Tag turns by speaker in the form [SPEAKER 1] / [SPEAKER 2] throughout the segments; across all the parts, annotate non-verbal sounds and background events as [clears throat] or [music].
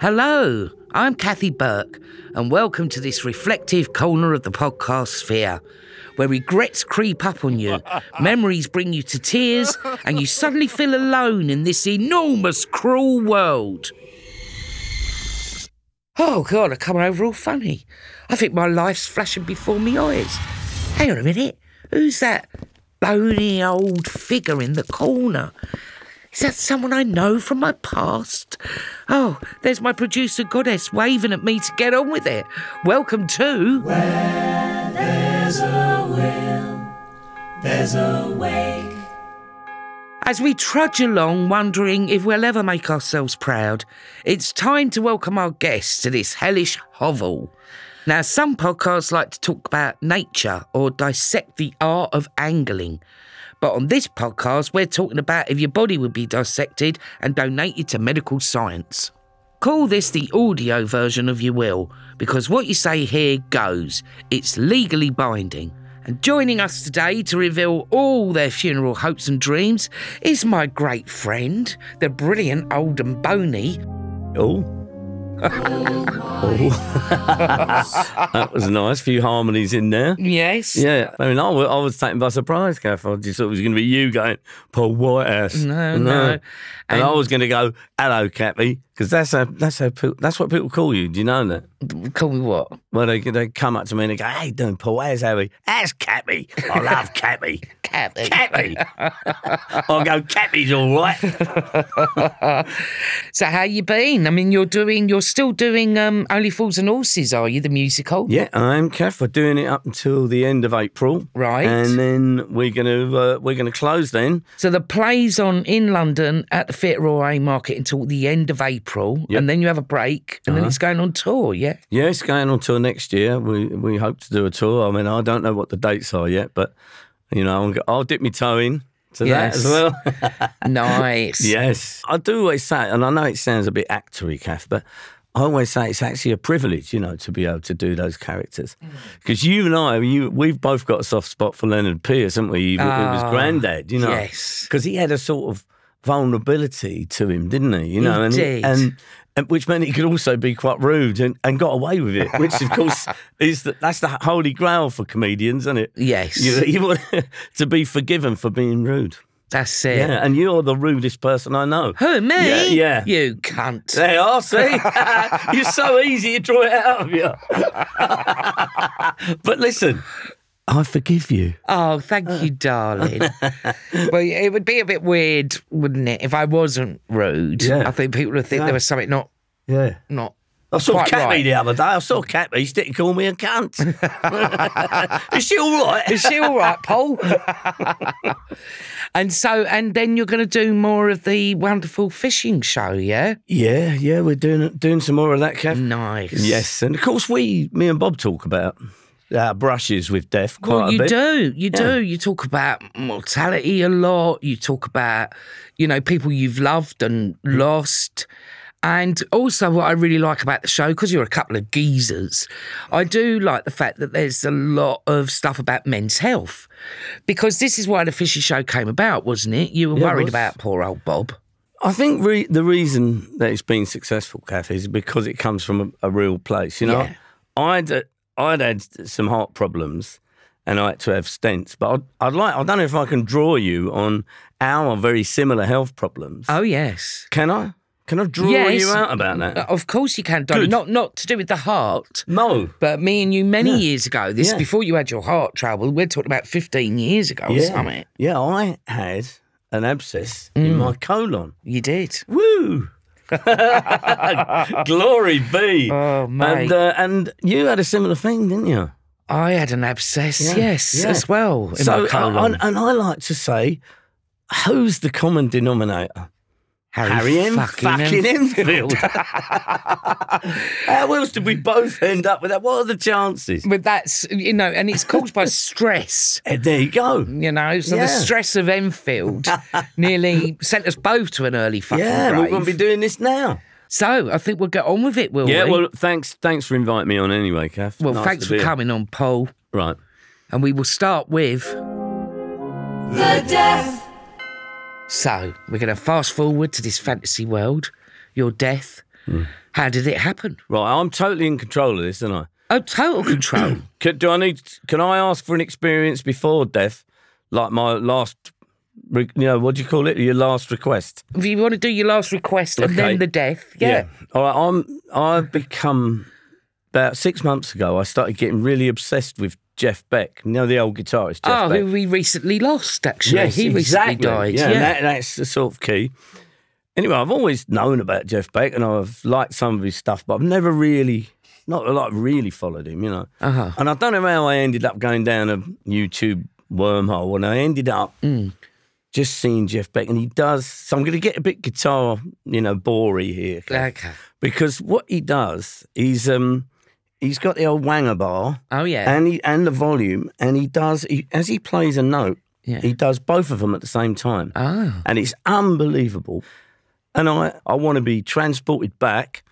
[SPEAKER 1] Hello, I'm Kathy Burke, and welcome to this reflective corner of the podcast sphere where regrets creep up on you, memories bring you to tears, and you suddenly feel alone in this enormous, cruel world. Oh, God, I'm coming over all funny. I think my life's flashing before me eyes. Hang on a minute, who's that bony old figure in the corner? Is that someone I know from my past? Oh, there's my producer goddess waving at me to get on with it. Welcome to.
[SPEAKER 2] There's a will, there's a wake.
[SPEAKER 1] As we trudge along, wondering if we'll ever make ourselves proud, it's time to welcome our guests to this hellish hovel. Now, some podcasts like to talk about nature or dissect the art of angling. But on this podcast, we're talking about if your body would be dissected and donated to medical science. Call this the audio version of You Will, because what you say here goes. It's legally binding. And joining us today to reveal all their funeral hopes and dreams is my great friend, the brilliant old and bony.
[SPEAKER 3] Oh. oh. [laughs] that was nice. few harmonies in there.
[SPEAKER 1] Yes.
[SPEAKER 3] Yeah. I mean, I was, I was taken by surprise, Gaff. I just thought it was going to be you going, Paul Whitehouse.
[SPEAKER 1] No, no.
[SPEAKER 3] And, I was going to go, hello, Cappy, because that's how, that's how pe- that's what people call you. Do you know that?
[SPEAKER 1] Call me what?
[SPEAKER 3] Well, they, they come up to me and they go, hey, doing Paul, where's Harry? That's Cappy. I love Cappy.
[SPEAKER 1] Captain. [laughs]
[SPEAKER 3] Cappy. I'll go, Cappy's all right.
[SPEAKER 1] So how you been? I mean, you're doing, you're still doing um, Only Fools and Horses, are you? The musical?
[SPEAKER 3] Yeah, I'm Kath. We're doing it up until the end of April,
[SPEAKER 1] Right.
[SPEAKER 3] And then we're gonna uh, we're gonna close then.
[SPEAKER 1] So the play's on in London at the Theatre Royal Market until the end of April,
[SPEAKER 3] Yep.
[SPEAKER 1] and then you have a break, and then
[SPEAKER 3] Uh-huh.
[SPEAKER 1] it's going on tour.
[SPEAKER 3] [laughs]
[SPEAKER 1] Yeah.
[SPEAKER 3] Yeah, it's going on tour next year. We we hope to do a tour. I mean, I don't know what the dates are yet, but you know, I'm, go- I'll dip my toe in to
[SPEAKER 1] Yes.
[SPEAKER 3] that
[SPEAKER 1] [laughs]
[SPEAKER 3] as well.
[SPEAKER 1] Nice.
[SPEAKER 3] Yes. I do always say, and I know it sounds a bit actory, Kath, but I always say it's actually a privilege, you know, to be able to do those characters.
[SPEAKER 1] Mm.
[SPEAKER 3] Because you and I, you, we've both got a soft spot for Leonard Pierce, haven't we? He, w- it was
[SPEAKER 1] Ah,
[SPEAKER 3] granddad, you know.
[SPEAKER 1] yes.
[SPEAKER 3] Because he had a sort of vulnerability to him, didn't he? You know,
[SPEAKER 1] He
[SPEAKER 3] and,
[SPEAKER 1] did.
[SPEAKER 3] and and which meant he could also be quite rude and, and got away with it, which of course is the, that's the holy grail for comedians, isn't it?
[SPEAKER 1] Yes.
[SPEAKER 3] You, you want [laughs] to be forgiven for being rude.
[SPEAKER 1] That's it.
[SPEAKER 3] Yeah, and you're the rudest person I know.
[SPEAKER 1] Who me?
[SPEAKER 3] Yeah, yeah.
[SPEAKER 1] You cunt.
[SPEAKER 3] [laughs] There you are, see? [laughs] You're so easy to draw it out of you. [laughs] but listen, I forgive you.
[SPEAKER 1] Oh, thank
[SPEAKER 3] [laughs]
[SPEAKER 1] you, darling. well, it would be a bit weird, wouldn't it, if I wasn't rude?
[SPEAKER 3] Yeah.
[SPEAKER 1] I think people would think
[SPEAKER 3] Yeah.
[SPEAKER 1] there was something not
[SPEAKER 3] Yeah.
[SPEAKER 1] not.
[SPEAKER 3] I saw
[SPEAKER 1] Quite
[SPEAKER 3] Catby
[SPEAKER 1] right.
[SPEAKER 3] the other day. I saw Catby. She didn't call me a cunt. [laughs] Is she all right?
[SPEAKER 1] Is she all right, Paul? and so, and then you're going to do more of the wonderful fishing show, yeah?
[SPEAKER 3] Yeah, yeah, we're doing doing some more of that,
[SPEAKER 1] Mm,
[SPEAKER 3] Cat.
[SPEAKER 1] Nice.
[SPEAKER 3] Yes, and of course we, me and Bob, talk about our brushes with death quite
[SPEAKER 1] Well,
[SPEAKER 3] a
[SPEAKER 1] you
[SPEAKER 3] bit.
[SPEAKER 1] do. You do. You talk about mortality a lot. You talk about, you know, people you've loved and lost. And also, what I really like about the show, because you're a couple of geezers, I do like the fact that there's a lot of stuff about men's health. Because this is why the Fishy Show came about, wasn't it? You were
[SPEAKER 3] Yeah, it
[SPEAKER 1] worried
[SPEAKER 3] was.
[SPEAKER 1] about poor old Bob.
[SPEAKER 3] I think re- the reason that it's been successful, Kath, is because it comes from a, a real place. You know,
[SPEAKER 1] Yeah.
[SPEAKER 3] I'd I'd had some heart problems, and I had to have stents. But I'd, I'd like I don't know if I can draw you on our very similar health problems.
[SPEAKER 1] Oh, yes.
[SPEAKER 3] Can I? Can I draw
[SPEAKER 1] Yes.
[SPEAKER 3] you out about that?
[SPEAKER 1] Uh, Of course you can, darling.
[SPEAKER 3] Good.
[SPEAKER 1] Not not to do with the heart,
[SPEAKER 3] no.
[SPEAKER 1] but me and you many years ago. This
[SPEAKER 3] Yeah.
[SPEAKER 1] is before you had your heart trouble. We're talking about fifteen years ago or something.
[SPEAKER 3] yeah. I had an abscess
[SPEAKER 1] Mm.
[SPEAKER 3] in my colon.
[SPEAKER 1] You did.
[SPEAKER 3] Woo! [laughs] Glory be.
[SPEAKER 1] Oh, mate.
[SPEAKER 3] And uh, and you had a similar thing, didn't you?
[SPEAKER 1] I had an abscess,
[SPEAKER 3] Yeah,
[SPEAKER 1] yes,
[SPEAKER 3] yeah.
[SPEAKER 1] as well. In
[SPEAKER 3] So, uh,
[SPEAKER 1] my colon.
[SPEAKER 3] and, and I like to say, who's the common denominator? M.
[SPEAKER 1] fucking M.
[SPEAKER 3] fucking
[SPEAKER 1] [laughs]
[SPEAKER 3] Enfield. How else did we both end up with that? What are the chances?
[SPEAKER 1] But that's you know, and it's caused
[SPEAKER 3] [laughs]
[SPEAKER 1] by stress.
[SPEAKER 3] Eh, there you go.
[SPEAKER 1] You know, so
[SPEAKER 3] Yeah.
[SPEAKER 1] the stress of Enfield
[SPEAKER 3] [laughs]
[SPEAKER 1] nearly sent us both to an early fucking
[SPEAKER 3] Yeah, we're
[SPEAKER 1] grave.
[SPEAKER 3] going to be doing this now.
[SPEAKER 1] so I think we'll get on with it, will
[SPEAKER 3] Yeah,
[SPEAKER 1] we?
[SPEAKER 3] well, thanks, thanks for inviting me on anyway, Kath.
[SPEAKER 1] well
[SPEAKER 3] Nice
[SPEAKER 1] thanks
[SPEAKER 3] to
[SPEAKER 1] for
[SPEAKER 3] be here.
[SPEAKER 1] coming on, Paul.
[SPEAKER 3] Right.
[SPEAKER 1] And we will start with.
[SPEAKER 2] The death,
[SPEAKER 1] So we're going to fast forward to this fantasy world, your death,
[SPEAKER 3] Hmm.
[SPEAKER 1] How did it happen?
[SPEAKER 3] Right, I'm totally in control of this, aren't I?
[SPEAKER 1] Oh, total
[SPEAKER 3] [clears throat]
[SPEAKER 1] control.
[SPEAKER 3] Could, do I need? Can I ask for an experience before death, like my last? re- You know, what do you call it? Your last request.
[SPEAKER 1] if you want to do your last request and
[SPEAKER 3] Okay.
[SPEAKER 1] then the death, yeah.
[SPEAKER 3] All right. I'm. I've become about six months ago. I started getting really obsessed with Jeff Beck. You know the old guitarist. Jeff
[SPEAKER 1] Oh,
[SPEAKER 3] Beck.
[SPEAKER 1] who we recently lost, actually. he recently died.
[SPEAKER 3] Yeah,
[SPEAKER 1] Yeah.
[SPEAKER 3] and That, that's the sort of key. Anyway, I've always known about Jeff Beck and I've liked some of his stuff, but I've never really, not a lot, really followed him, you know.
[SPEAKER 1] Uh-huh.
[SPEAKER 3] And I don't know how I ended up going down a YouTube wormhole and I ended up
[SPEAKER 1] Hmm.
[SPEAKER 3] just seeing Jeff Beck and he does. So I'm going to get a bit guitar, you know, bory here. Cliff,
[SPEAKER 1] Okay.
[SPEAKER 3] Because what he does, he's, um, he's got the old wanger bar
[SPEAKER 1] Oh, yeah.
[SPEAKER 3] and he and the volume, and he does he, as he plays a note,
[SPEAKER 1] Yeah.
[SPEAKER 3] he does both of them at the same time,
[SPEAKER 1] oh,
[SPEAKER 3] and it's unbelievable. And I I want to be transported back.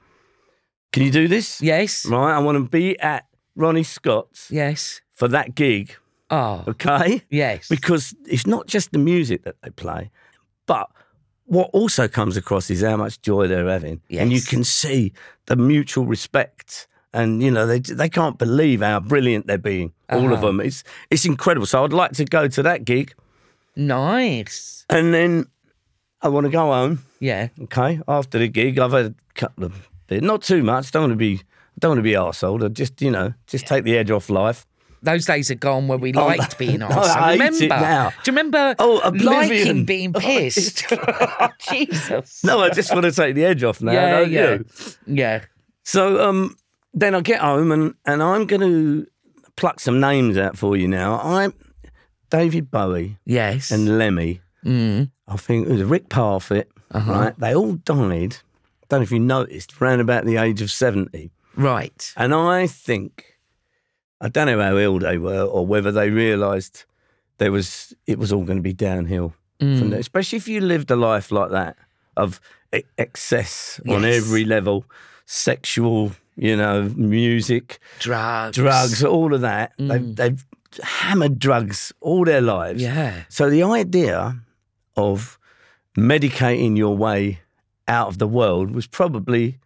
[SPEAKER 3] Can you do this?
[SPEAKER 1] yes.
[SPEAKER 3] Right, I want to be at Ronnie Scott's
[SPEAKER 1] Yes.
[SPEAKER 3] for that gig.
[SPEAKER 1] Oh,
[SPEAKER 3] Okay,
[SPEAKER 1] yes.
[SPEAKER 3] because it's not just the music that they play, but what also comes across is how much joy they're having, and you
[SPEAKER 1] Yes.
[SPEAKER 3] can see the mutual respect. And you know they they can't believe how brilliant they're being, all of
[SPEAKER 1] Uh-huh.
[SPEAKER 3] them. It's it's incredible. So I'd like to go to that gig,
[SPEAKER 1] nice.
[SPEAKER 3] and then I want to go home.
[SPEAKER 1] Yeah.
[SPEAKER 3] Okay, after the gig, I've had a couple of bit, not too much. Don't want to be don't want to be arsehole. I just you know just take the edge off life.
[SPEAKER 1] Those days are gone where we
[SPEAKER 3] Oh,
[SPEAKER 1] liked being
[SPEAKER 3] [laughs] no,
[SPEAKER 1] arsed.
[SPEAKER 3] I hate
[SPEAKER 1] remember?
[SPEAKER 3] it now.
[SPEAKER 1] Do you remember
[SPEAKER 3] Oh, oblivion. Oh,
[SPEAKER 1] liking
[SPEAKER 3] [laughs]
[SPEAKER 1] being pissed? [laughs] Jesus.
[SPEAKER 3] No, I just want to take the edge off now.
[SPEAKER 1] yeah,
[SPEAKER 3] don't
[SPEAKER 1] yeah.
[SPEAKER 3] you?
[SPEAKER 1] Yeah.
[SPEAKER 3] So um, then I get home and, and I'm going to pluck some names out for you now. I'm David Bowie
[SPEAKER 1] Yes.
[SPEAKER 3] and Lemmy.
[SPEAKER 1] Mm.
[SPEAKER 3] I think it was Rick Parfitt.
[SPEAKER 1] Uh-huh.
[SPEAKER 3] Right, they all died. Don't know if you noticed, around about the age of seventy.
[SPEAKER 1] Right.
[SPEAKER 3] And I think I don't know how ill they were or whether they realised there was it was all going to be downhill
[SPEAKER 1] Mm.
[SPEAKER 3] from there. Especially if you lived a life like that of e- excess on
[SPEAKER 1] Yes.
[SPEAKER 3] every level, sexual, you know, music,
[SPEAKER 1] Drugs. Mm.
[SPEAKER 3] drugs, all of that. They've, they've hammered drugs all their lives.
[SPEAKER 1] Yeah.
[SPEAKER 3] So the idea of medicating your way out of the world was probably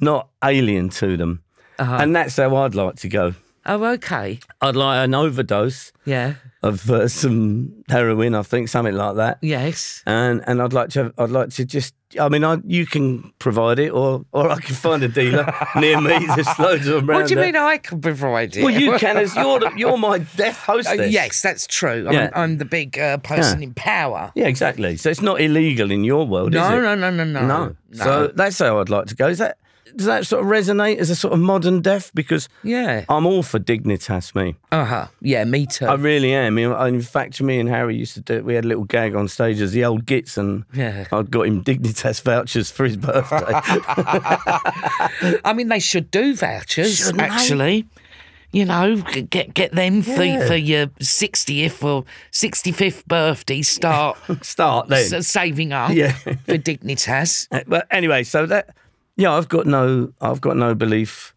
[SPEAKER 3] not alien to them.
[SPEAKER 1] Uh-huh.
[SPEAKER 3] And that's how I'd like to go.
[SPEAKER 1] oh, okay.
[SPEAKER 3] I'd like an overdose
[SPEAKER 1] Yeah.
[SPEAKER 3] of uh, some heroin, I think, something like that.
[SPEAKER 1] Yes.
[SPEAKER 3] And and I'd like to I'd like to just I mean I you can provide it or or I can find
[SPEAKER 1] [laughs]
[SPEAKER 3] a dealer near me. There's loads of them around.
[SPEAKER 1] What do you
[SPEAKER 3] there.
[SPEAKER 1] mean I can provide it?
[SPEAKER 3] Well,
[SPEAKER 1] [laughs]
[SPEAKER 3] you can as you're the, you're my death
[SPEAKER 1] Uh,
[SPEAKER 3] hostess.
[SPEAKER 1] yes, that's true. I'm,
[SPEAKER 3] Yeah.
[SPEAKER 1] I'm the big uh, person in power.
[SPEAKER 3] Yeah, exactly. So it's not illegal in your world, is
[SPEAKER 1] No,
[SPEAKER 3] it?
[SPEAKER 1] no, no, no, no,
[SPEAKER 3] No. So that's how I'd like to go. Is that does that sort of resonate as a sort of modern death? Because
[SPEAKER 1] yeah.
[SPEAKER 3] I'm all for dignitas, me.
[SPEAKER 1] Uh huh. Yeah, me too.
[SPEAKER 3] I really am. You know, and In fact, me and Harry used to do it. We had a little gag on stage as the old gits, and
[SPEAKER 1] Yeah.
[SPEAKER 3] I'd got him dignitas vouchers for his birthday.
[SPEAKER 1] I mean, they should do vouchers
[SPEAKER 3] Shouldn't they?
[SPEAKER 1] actually. You know, g- get get them for,
[SPEAKER 3] Yeah.
[SPEAKER 1] for your sixtieth or sixty fifth birthday.
[SPEAKER 3] [laughs]
[SPEAKER 1] Start
[SPEAKER 3] Start then.
[SPEAKER 1] s- saving up
[SPEAKER 3] Yeah.
[SPEAKER 1] for
[SPEAKER 3] [laughs]
[SPEAKER 1] dignitas.
[SPEAKER 3] Uh, But anyway, so that yeah, I've got no, I've got no belief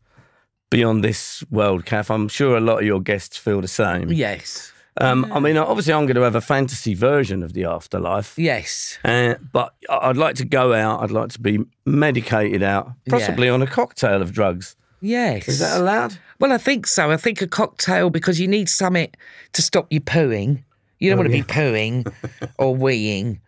[SPEAKER 3] beyond this world, Kath. I'm sure a lot of your guests feel the same.
[SPEAKER 1] Yes,
[SPEAKER 3] Um, I mean, obviously, I'm going to have a fantasy version of the afterlife.
[SPEAKER 1] yes,
[SPEAKER 3] Uh, but I- I'd like to go out. I'd like to be medicated out, possibly on a cocktail of drugs.
[SPEAKER 1] yes.
[SPEAKER 3] Is that allowed?
[SPEAKER 1] well, I think so. I think a cocktail because you need something to stop you pooing. You
[SPEAKER 3] Oh,
[SPEAKER 1] don't want to be pooing or
[SPEAKER 3] [laughs]
[SPEAKER 1] weeing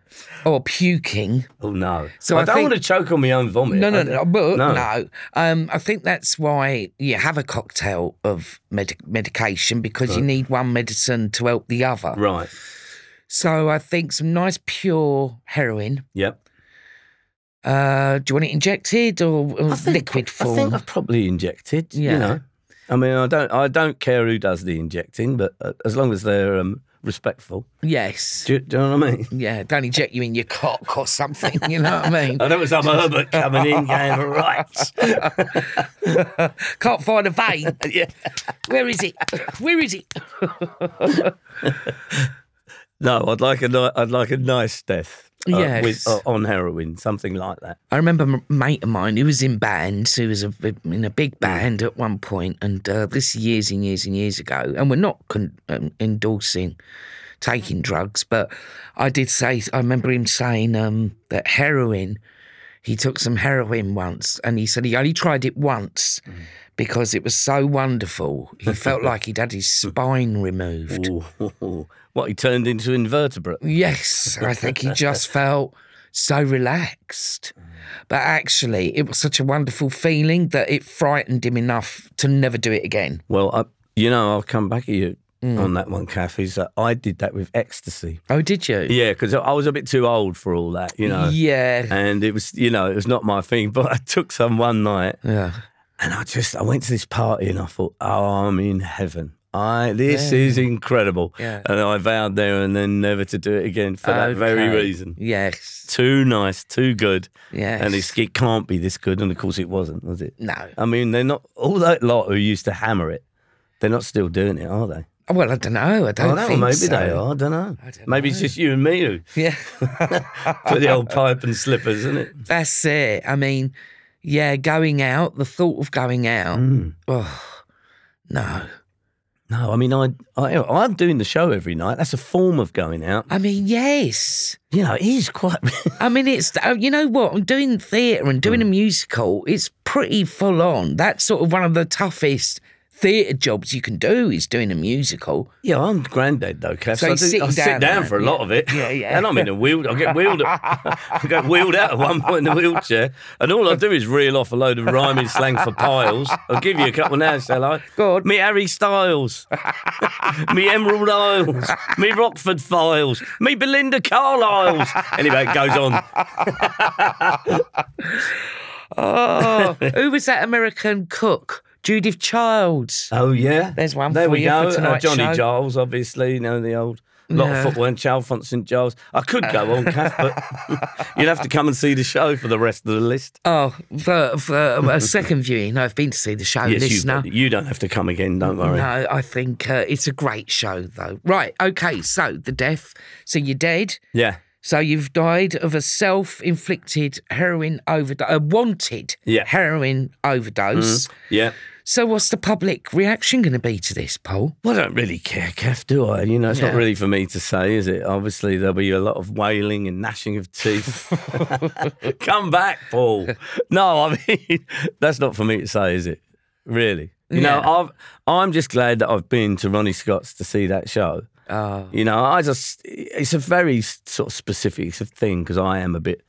[SPEAKER 1] or puking.
[SPEAKER 3] Oh no!
[SPEAKER 1] So
[SPEAKER 3] I,
[SPEAKER 1] I
[SPEAKER 3] don't
[SPEAKER 1] think-
[SPEAKER 3] want to choke on my own vomit. Uh,
[SPEAKER 1] No,
[SPEAKER 3] I
[SPEAKER 1] no,
[SPEAKER 3] don't-
[SPEAKER 1] no. But
[SPEAKER 3] No.
[SPEAKER 1] no, Um, I think that's why you have a cocktail of med- medication because you need one medicine to help the other.
[SPEAKER 3] Right.
[SPEAKER 1] So I think some nice pure heroin.
[SPEAKER 3] Yep.
[SPEAKER 1] Uh, do you want it injected or, or liquid
[SPEAKER 3] I think
[SPEAKER 1] form?
[SPEAKER 3] I've probably injected. You
[SPEAKER 1] Yeah.
[SPEAKER 3] know. I mean, I don't. I don't care who does the injecting, but uh, as long as they're um, respectful.
[SPEAKER 1] yes.
[SPEAKER 3] Do you, do you know what I mean?
[SPEAKER 1] yeah, don't inject you in your cock or something. You know what I
[SPEAKER 3] [laughs]
[SPEAKER 1] mean?
[SPEAKER 3] I know it's some Herbert coming in, going right.
[SPEAKER 1] Can't find a vein.
[SPEAKER 3] [laughs] yeah.
[SPEAKER 1] Where is it? Where is it?
[SPEAKER 3] No, I'd like a ni- I'd like a nice death.
[SPEAKER 1] Yes.
[SPEAKER 3] with, uh, on heroin, something like
[SPEAKER 1] [laughs]
[SPEAKER 3] that.
[SPEAKER 1] I remember a mate of mine who was in bands, who was a, in a big band at one point, and uh, this years and years and years ago. And we're not con- um, endorsing taking drugs, but I did say I remember him saying um, that heroin he took some heroin once and he said he only tried it once because it was so wonderful. He felt like he'd had his spine removed.
[SPEAKER 3] Ooh. What he turned into invertebrate.
[SPEAKER 1] Yes, I think he just felt so relaxed. But actually, it was such a wonderful feeling that it frightened him enough to never do it again.
[SPEAKER 3] Well, I, you know, I'll come back at you
[SPEAKER 1] Mm.
[SPEAKER 3] on that one, Kath. Is that I did that with ecstasy.
[SPEAKER 1] Oh, did you?
[SPEAKER 3] Yeah, because I was a bit too old for all that, you know.
[SPEAKER 1] Yeah.
[SPEAKER 3] And it was, you know, it was not my thing. [laughs] But I took some one night,
[SPEAKER 1] Yeah.
[SPEAKER 3] and I just, I went to this party, and I thought, oh, I'm in heaven. I this is incredible.
[SPEAKER 1] Yeah.
[SPEAKER 3] And I vowed there and then never to do it again [laughs] for that very
[SPEAKER 1] Okay.
[SPEAKER 3] reason.
[SPEAKER 1] Yes.
[SPEAKER 3] Too nice, too good.
[SPEAKER 1] Yes.
[SPEAKER 3] And it's, it can't be this good. And of course, it wasn't, was it?
[SPEAKER 1] No.
[SPEAKER 3] I mean, they're not all that lot who used to hammer it. They're not still doing it, are they?
[SPEAKER 1] Well, I don't know. I don't
[SPEAKER 3] I don't know.
[SPEAKER 1] think
[SPEAKER 3] Oh, Maybe
[SPEAKER 1] so.
[SPEAKER 3] they are. I don't know.
[SPEAKER 1] don't
[SPEAKER 3] Maybe it's just you and me who
[SPEAKER 1] [laughs] Yeah.
[SPEAKER 3] [laughs] put the old pipe and slippers, isn't it?
[SPEAKER 1] That's it. I mean, yeah, going out, the thought of going out.
[SPEAKER 3] Mm.
[SPEAKER 1] Oh, no.
[SPEAKER 3] No, I mean, I, I I'm doing the show every night. That's a form of going out.
[SPEAKER 1] I mean, yes.
[SPEAKER 3] You know, it is quite. [laughs]
[SPEAKER 1] I mean, it's, uh, you know what? I'm doing theatre and doing a musical. It's pretty full on. That's sort of one of the toughest theatre jobs you can do is doing a musical.
[SPEAKER 3] yeah, I'm granddad though, Cass.
[SPEAKER 1] So
[SPEAKER 3] I,
[SPEAKER 1] you sit
[SPEAKER 3] I sit
[SPEAKER 1] down
[SPEAKER 3] down
[SPEAKER 1] there,
[SPEAKER 3] for a lot
[SPEAKER 1] yeah.
[SPEAKER 3] of it.
[SPEAKER 1] Yeah, yeah.
[SPEAKER 3] [laughs] And I'm in a wheel. I get wheeled. [laughs] I get wheeled out at one point in a wheelchair, and all I do is reel off a load of rhyming slang for piles. I'll give you a couple now, shall I? [laughs]
[SPEAKER 1] Good.
[SPEAKER 3] Me Harry Styles. [laughs] me Emerald Isles. Me Rockford Files. Me Belinda Carlisles. Anyway, it goes on.
[SPEAKER 1] Oh, who was that American cook? Judith Childs.
[SPEAKER 3] Oh yeah,
[SPEAKER 1] There's one
[SPEAKER 3] There
[SPEAKER 1] for
[SPEAKER 3] we
[SPEAKER 1] you
[SPEAKER 3] go. Uh,
[SPEAKER 1] for tonight's
[SPEAKER 3] Johnny
[SPEAKER 1] show.
[SPEAKER 3] Giles, obviously, you know the old lot
[SPEAKER 1] Yeah.
[SPEAKER 3] of football and Chalfont St Giles. I could
[SPEAKER 1] [laughs]
[SPEAKER 3] go on, Kath, but you'd have to come and see the show for the rest of the list.
[SPEAKER 1] Oh, for, for a second viewing, I've been to see the show,
[SPEAKER 3] yes, you,
[SPEAKER 1] listener.
[SPEAKER 3] got it. you don't have to come again. Don't worry.
[SPEAKER 1] No, I think uh, it's a great show, though. Right, okay, so the death. So you're dead.
[SPEAKER 3] Yeah,
[SPEAKER 1] So you've died of a self inflicted heroin overdose, a wanted
[SPEAKER 3] Yeah. Mm-hmm.
[SPEAKER 1] heroin overdose.
[SPEAKER 3] yeah.
[SPEAKER 1] So what's the public reaction going to be to this, Paul?
[SPEAKER 3] Well, I don't really care, Kath, do I? You know, it's not
[SPEAKER 1] Yeah.
[SPEAKER 3] really for me to say, is it? Obviously, there'll be a lot of wailing and gnashing of teeth. Come back,
[SPEAKER 1] [laughs]
[SPEAKER 3] Paul. No, I mean, [laughs] that's not for me to say, is it? Really? You
[SPEAKER 1] Yeah.
[SPEAKER 3] know, I've, I'm just glad that I've been to Ronnie Scott's to see that show.
[SPEAKER 1] Oh,
[SPEAKER 3] You know, I just, it's a very s- sort of specific sort of thing because I am a bit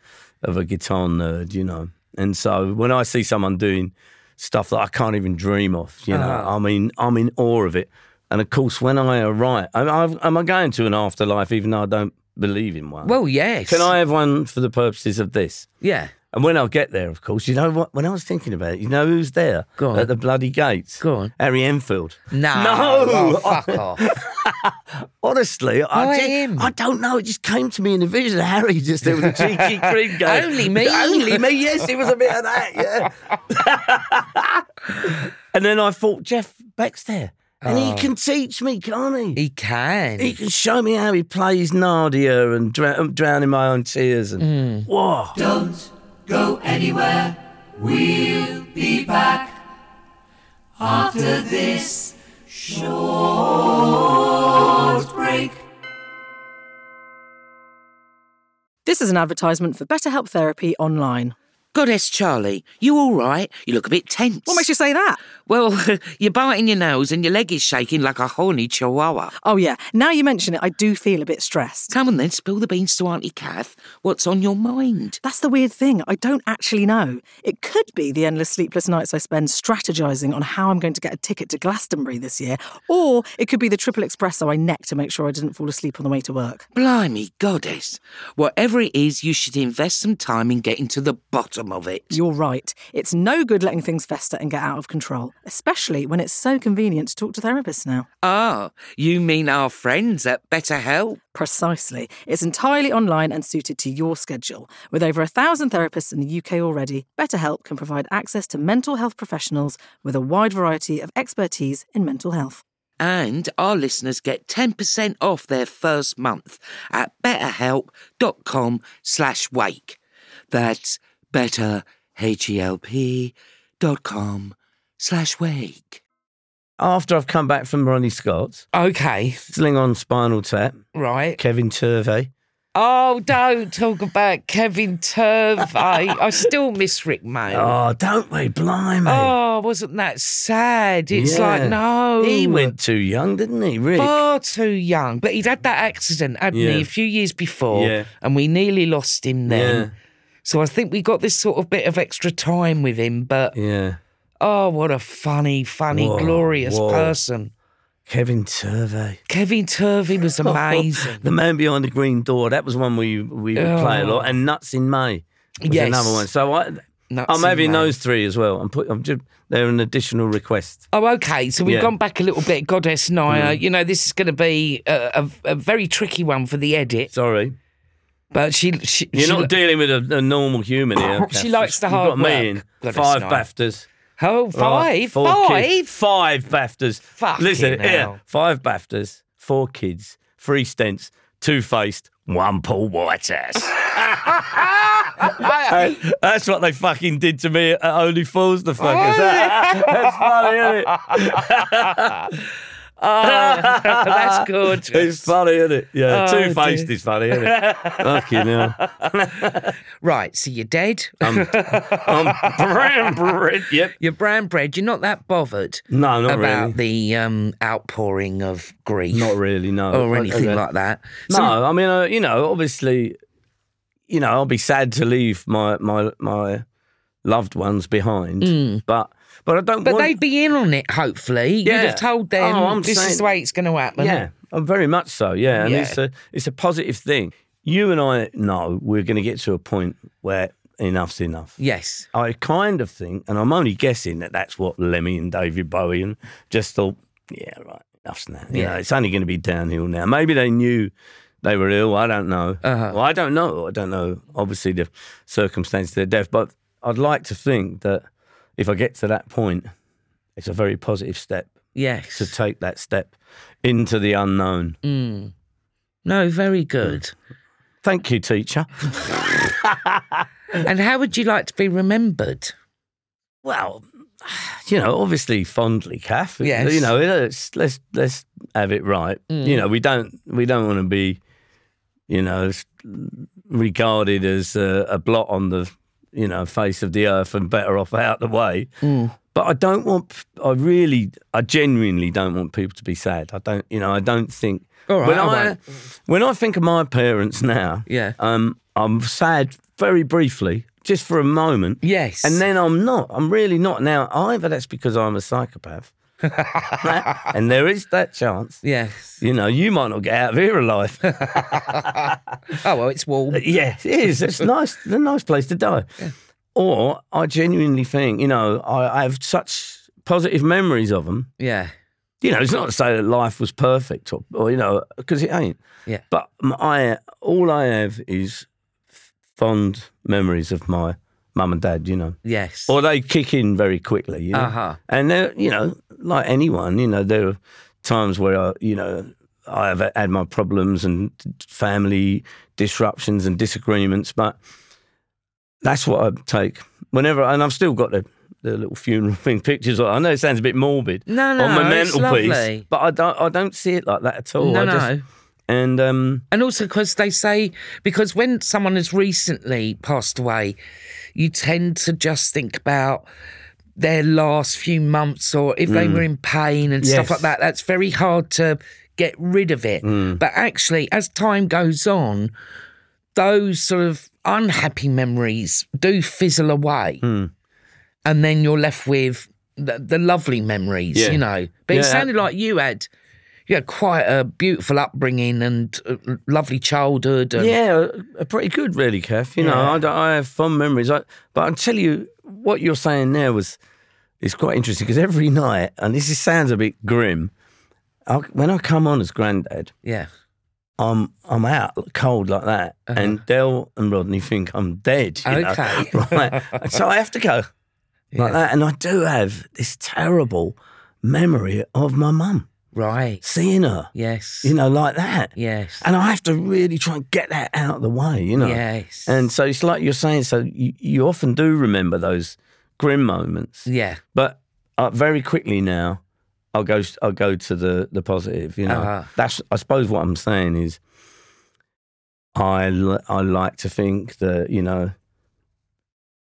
[SPEAKER 3] of a guitar nerd, you know. And so when I see someone doing stuff that I can't even dream of, you know,
[SPEAKER 1] Uh-huh.
[SPEAKER 3] I mean, I'm in awe of it. And of course, when I arrive, am I, am I going to an afterlife even though I don't believe in one?
[SPEAKER 1] well, yes.
[SPEAKER 3] Can I have one for the purposes of this?
[SPEAKER 1] Yeah.
[SPEAKER 3] And when I get there, of course, you know what? When I was thinking about it, you know who's there
[SPEAKER 1] Go on.
[SPEAKER 3] at the bloody gates?
[SPEAKER 1] Go on.
[SPEAKER 3] Harry Enfield.
[SPEAKER 1] No.
[SPEAKER 3] No!
[SPEAKER 1] Oh, fuck off.
[SPEAKER 3] Honestly,
[SPEAKER 1] Why
[SPEAKER 3] I, just,
[SPEAKER 1] him?
[SPEAKER 3] I don't know. It just came to me in a vision. Harry just there with a cheeky
[SPEAKER 1] [laughs]
[SPEAKER 3] grin going.
[SPEAKER 1] Only me.
[SPEAKER 3] [laughs] Only me. Yes, it was a bit of that. Yeah. [laughs] and then I thought, Jeff Beck's there, and
[SPEAKER 1] Ah.
[SPEAKER 3] he can teach me, can't he?
[SPEAKER 1] He can.
[SPEAKER 3] he? can show me how he plays Nadia and drown, drown in my own tears and
[SPEAKER 1] Mm.
[SPEAKER 3] whoa.
[SPEAKER 2] Don't go anywhere. We'll be back after this short break.
[SPEAKER 4] This is an advertisement for BetterHelp Therapy Online.
[SPEAKER 1] Goddess Charlie, you all right? You look a bit tense.
[SPEAKER 4] What makes you say that?
[SPEAKER 1] Well, [laughs] you're biting your nose and your leg is shaking like a horny chihuahua.
[SPEAKER 4] Oh, yeah. Now you mention it, I do feel a bit stressed.
[SPEAKER 1] Come on then, spill the beans to Auntie Kath. What's on your mind?
[SPEAKER 4] That's the weird thing. I don't actually know. It could be the endless sleepless nights I spend strategising on how I'm going to get a ticket to Glastonbury this year, or it could be the triple espresso I necked to make sure I didn't fall asleep on the way to work.
[SPEAKER 1] Blimey, goddess. Whatever it is, you should invest some time in getting to the bottom of it.
[SPEAKER 4] You're right. It's no good letting things fester and get out of control, especially when it's so convenient to talk to therapists now.
[SPEAKER 1] Ah, you mean our friends at BetterHelp?
[SPEAKER 4] Precisely. It's entirely online and suited to your schedule. With over a thousand therapists in the UK already, BetterHelp can provide access to mental health professionals with a wide variety of expertise in mental health.
[SPEAKER 1] And our listeners get 10% off their first month at betterhelp.com slash wake. That's betterhelp dot com slash wake.
[SPEAKER 3] After I've come back from Ronnie Scott's,
[SPEAKER 1] Okay,
[SPEAKER 3] sling on Spinal Tap,
[SPEAKER 1] right.
[SPEAKER 3] Kevin Turvey,
[SPEAKER 1] Oh, don't talk about Kevin Turvey. I still miss Rick Mail.
[SPEAKER 3] Oh, don't we? Blimey.
[SPEAKER 1] Oh, wasn't that sad? It's
[SPEAKER 3] Yeah.
[SPEAKER 1] like, no.
[SPEAKER 3] He went too young, didn't he, Rick?
[SPEAKER 1] far too young. But he'd had that accident, hadn't
[SPEAKER 3] Yeah.
[SPEAKER 1] he, a few years before,
[SPEAKER 3] Yeah.
[SPEAKER 1] and we nearly lost him then.
[SPEAKER 3] Yeah.
[SPEAKER 1] So I think we got this sort of bit of extra time with him. But
[SPEAKER 3] Yeah.
[SPEAKER 1] oh, what a funny, funny,
[SPEAKER 3] Whoa,
[SPEAKER 1] glorious
[SPEAKER 3] whoa.
[SPEAKER 1] person.
[SPEAKER 3] Kevin Turvey.
[SPEAKER 1] Kevin Turvey
[SPEAKER 3] [laughs]
[SPEAKER 1] was amazing. Oh.
[SPEAKER 3] The Man Behind the Green Door. That was one we we would play a lot. And Nuts in May was
[SPEAKER 1] Yes.
[SPEAKER 3] another one. So I,
[SPEAKER 1] Nuts
[SPEAKER 3] I'm
[SPEAKER 1] in
[SPEAKER 3] having
[SPEAKER 1] May.
[SPEAKER 3] those three as well. I'm put. I'm just. They're an additional request.
[SPEAKER 1] Oh, okay. So we've
[SPEAKER 3] Yeah. Mm.
[SPEAKER 1] gone back a little bit. Goddess Naya, you know, this is going to be a, a, a very tricky one for the edit.
[SPEAKER 3] Sorry,
[SPEAKER 1] But she, she
[SPEAKER 3] you're
[SPEAKER 1] she-
[SPEAKER 3] not dealing with a, a normal human here.
[SPEAKER 1] [laughs] She
[SPEAKER 3] Kath.
[SPEAKER 1] likes the
[SPEAKER 3] You've
[SPEAKER 1] hard
[SPEAKER 3] got me
[SPEAKER 1] work.
[SPEAKER 3] in.
[SPEAKER 1] Goodness
[SPEAKER 3] Five
[SPEAKER 1] no.
[SPEAKER 3] Baftas.
[SPEAKER 1] oh
[SPEAKER 3] right?
[SPEAKER 1] five,
[SPEAKER 3] Four
[SPEAKER 1] five.
[SPEAKER 3] kids. five Baftas.
[SPEAKER 1] Fucking
[SPEAKER 3] Listen,
[SPEAKER 1] hell.
[SPEAKER 3] here, five Baftas, four kids, three stents, two faced, one Paul
[SPEAKER 1] [laughs]
[SPEAKER 3] Whitehouse. That's what they fucking did to me at Only Fools the fuckers. That's funny, isn't it?
[SPEAKER 1] Oh, That's [laughs] good.
[SPEAKER 3] [laughs] It's funny, isn't it? Yeah,
[SPEAKER 1] Oh,
[SPEAKER 3] two faced
[SPEAKER 1] dear.
[SPEAKER 3] is funny,
[SPEAKER 1] [laughs]
[SPEAKER 3] isn't it? fucking hell.
[SPEAKER 1] Right, so you're dead.
[SPEAKER 3] Um, I'm [laughs] brown bread. Yep.
[SPEAKER 1] You're brown bread. You're not that bothered
[SPEAKER 3] No, not
[SPEAKER 1] about
[SPEAKER 3] really.
[SPEAKER 1] the um, outpouring of grief,
[SPEAKER 3] Not really, no.
[SPEAKER 1] or anything
[SPEAKER 3] Okay.
[SPEAKER 1] like that.
[SPEAKER 3] No, I mean, uh, you know, obviously, you know, I'll be sad to leave my my my loved ones behind, but but I don't.
[SPEAKER 1] Hmm. But
[SPEAKER 3] want,
[SPEAKER 1] they'd be in on it. Hopefully, you'd
[SPEAKER 3] Yeah.
[SPEAKER 1] have told them
[SPEAKER 3] Oh, I'm
[SPEAKER 1] this is
[SPEAKER 3] saying-
[SPEAKER 1] the way it's going to happen.
[SPEAKER 3] yeah, uh, very much so. Yeah, and
[SPEAKER 1] Yeah.
[SPEAKER 3] it's a it's a positive thing. You and I know we're going to get to a point where enough's enough.
[SPEAKER 1] Yes.
[SPEAKER 3] I kind of think, and I'm only guessing that that's what Lemmy and David Bowie and just thought, yeah, right, enough's now. You
[SPEAKER 1] Yeah.
[SPEAKER 3] know, it's only going to be downhill now. Maybe they knew they were ill. I don't know.
[SPEAKER 1] Uh-huh.
[SPEAKER 3] Well, I don't know. I don't know. Obviously, the circumstances of their death, but I'd like to think that if I get to that point, it's a very positive step
[SPEAKER 1] Yes.
[SPEAKER 3] to take that step into the unknown.
[SPEAKER 1] Mm. Hmm. no. Very good.
[SPEAKER 3] Thank you, teacher.
[SPEAKER 1] and how would you like to be remembered?
[SPEAKER 3] Well, you know, obviously fondly, Kath.
[SPEAKER 1] Yes. Mm.
[SPEAKER 3] You know, let's let's let's have it right. You know, we don't we don't want to be, you know, s- regarded as a, a blot on the you know face of the earth and better off out the way.
[SPEAKER 1] Mm.
[SPEAKER 3] But I don't want. I really, I genuinely don't want people to be sad. I don't. You know, I don't think.
[SPEAKER 1] All right,
[SPEAKER 3] when
[SPEAKER 1] I
[SPEAKER 3] I,
[SPEAKER 1] won't.
[SPEAKER 3] when I think of my parents now,
[SPEAKER 1] Yeah.
[SPEAKER 3] um, I'm sad very briefly, just for a moment.
[SPEAKER 1] Yes.
[SPEAKER 3] And then I'm not. I'm really not. Now, either that's because I'm a psychopath, and there is that chance.
[SPEAKER 1] Yes.
[SPEAKER 3] You know, you might not get out of here alive.
[SPEAKER 1] Oh well, it's
[SPEAKER 3] [laughs]
[SPEAKER 1] warm.
[SPEAKER 3] yeah, it is. It's nice. It's a nice place to die. Or I genuinely think, you know, I, I have such positive memories of them.
[SPEAKER 1] Yeah.
[SPEAKER 3] You know, it's not to say that life was perfect, or, or you know, because it ain't.
[SPEAKER 1] Yeah.
[SPEAKER 3] But m- I, all I have is f- fond memories of my mum and dad. You know.
[SPEAKER 1] Yes.
[SPEAKER 3] or they kick in very quickly. You know?
[SPEAKER 1] Uh-huh.
[SPEAKER 3] And they're, you know, like anyone, you know, there are times where I, you know, I have had my problems and family disruptions and disagreements, but that's what I take whenever, and I've still got the, the little funeral [laughs] thing pictures. I know it sounds a bit morbid
[SPEAKER 1] No,
[SPEAKER 3] on my
[SPEAKER 1] no, it's lovely.
[SPEAKER 3] mantelpiece, but I don't, I don't see it like that at all.
[SPEAKER 1] no,
[SPEAKER 3] oh, I
[SPEAKER 1] no.
[SPEAKER 3] just- And um,
[SPEAKER 1] And also because they say, because when someone has recently passed away, you tend to just think about their last few months or if they were in pain and stuff
[SPEAKER 3] Mm. Yes. Mm.
[SPEAKER 1] like that. That's very hard to get rid of it. But actually, as time goes on, those sort of unhappy memories do fizzle away.
[SPEAKER 3] Mm.
[SPEAKER 1] And then you're left with the, the lovely memories,
[SPEAKER 3] Yeah.
[SPEAKER 1] you know. But it
[SPEAKER 3] Yeah,
[SPEAKER 1] sounded like you had you had quite a beautiful upbringing and uh, lovely childhood. And,
[SPEAKER 3] Yeah, uh, pretty good, really, Kev. You know, I, don't- I have fond memories. I, but I'll tell you what you're saying there was is quite interesting because every night, and this is, sounds a bit grim, I, when I come on as granddad,
[SPEAKER 1] yeah.
[SPEAKER 3] I'm I'm out cold like that, and Dell and Rodney think I'm dead. you know,
[SPEAKER 1] Okay.
[SPEAKER 3] [laughs] right? And so I have to go like that, and I do have this terrible memory of my mum
[SPEAKER 1] Right.
[SPEAKER 3] seeing her,
[SPEAKER 1] Yes.
[SPEAKER 3] you know, like that.
[SPEAKER 1] yes.
[SPEAKER 3] And I have to really try and get that out of the way, you know.
[SPEAKER 1] yes.
[SPEAKER 3] And so it's like you're saying, so you, you often do remember those grim moments,
[SPEAKER 1] yeah.
[SPEAKER 3] but uh, very quickly now, I'll go, I'll go to the, the positive, you know.
[SPEAKER 1] Uh-huh.
[SPEAKER 3] That's, I suppose what I'm saying is, I, l- I like to think that, you know,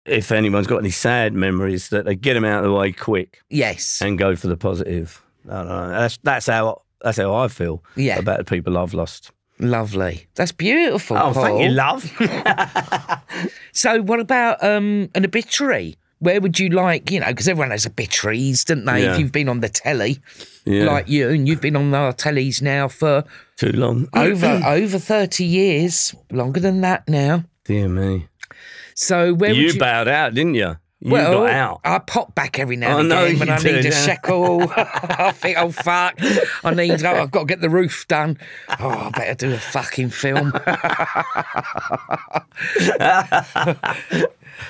[SPEAKER 3] if anyone's got any sad memories, that they get them out of the way quick
[SPEAKER 1] Yes.
[SPEAKER 3] and go for the positive. I don't know. That's, that's, how, that's how I feel
[SPEAKER 1] Yeah.
[SPEAKER 3] about the people I've lost.
[SPEAKER 1] Lovely. That's beautiful.
[SPEAKER 3] Oh, thank you,
[SPEAKER 1] Paul.
[SPEAKER 3] love.
[SPEAKER 1] So, what about um, an obituary? Where would you like, you know, because everyone has obituaries, don't they?
[SPEAKER 3] Yeah.
[SPEAKER 1] If you've been on the telly,
[SPEAKER 3] [laughs] Yeah.
[SPEAKER 1] like you, and you've been on our tellies now
[SPEAKER 3] [clears throat]
[SPEAKER 1] for
[SPEAKER 3] Too long.
[SPEAKER 1] over over thirty years, longer than that now.
[SPEAKER 3] Dear me.
[SPEAKER 1] So, where
[SPEAKER 3] You,
[SPEAKER 1] would you?
[SPEAKER 3] bowed out, didn't you? You
[SPEAKER 1] well,
[SPEAKER 3] got out.
[SPEAKER 1] I pop back every now
[SPEAKER 3] I
[SPEAKER 1] and
[SPEAKER 3] know
[SPEAKER 1] again when
[SPEAKER 3] you
[SPEAKER 1] I
[SPEAKER 3] do,
[SPEAKER 1] need a
[SPEAKER 3] yeah.
[SPEAKER 1] shekel.
[SPEAKER 3] [laughs]
[SPEAKER 1] [laughs] I think, oh fuck, I need. Oh, I've got to get the roof done. Oh, I better do a fucking film. [laughs] but um,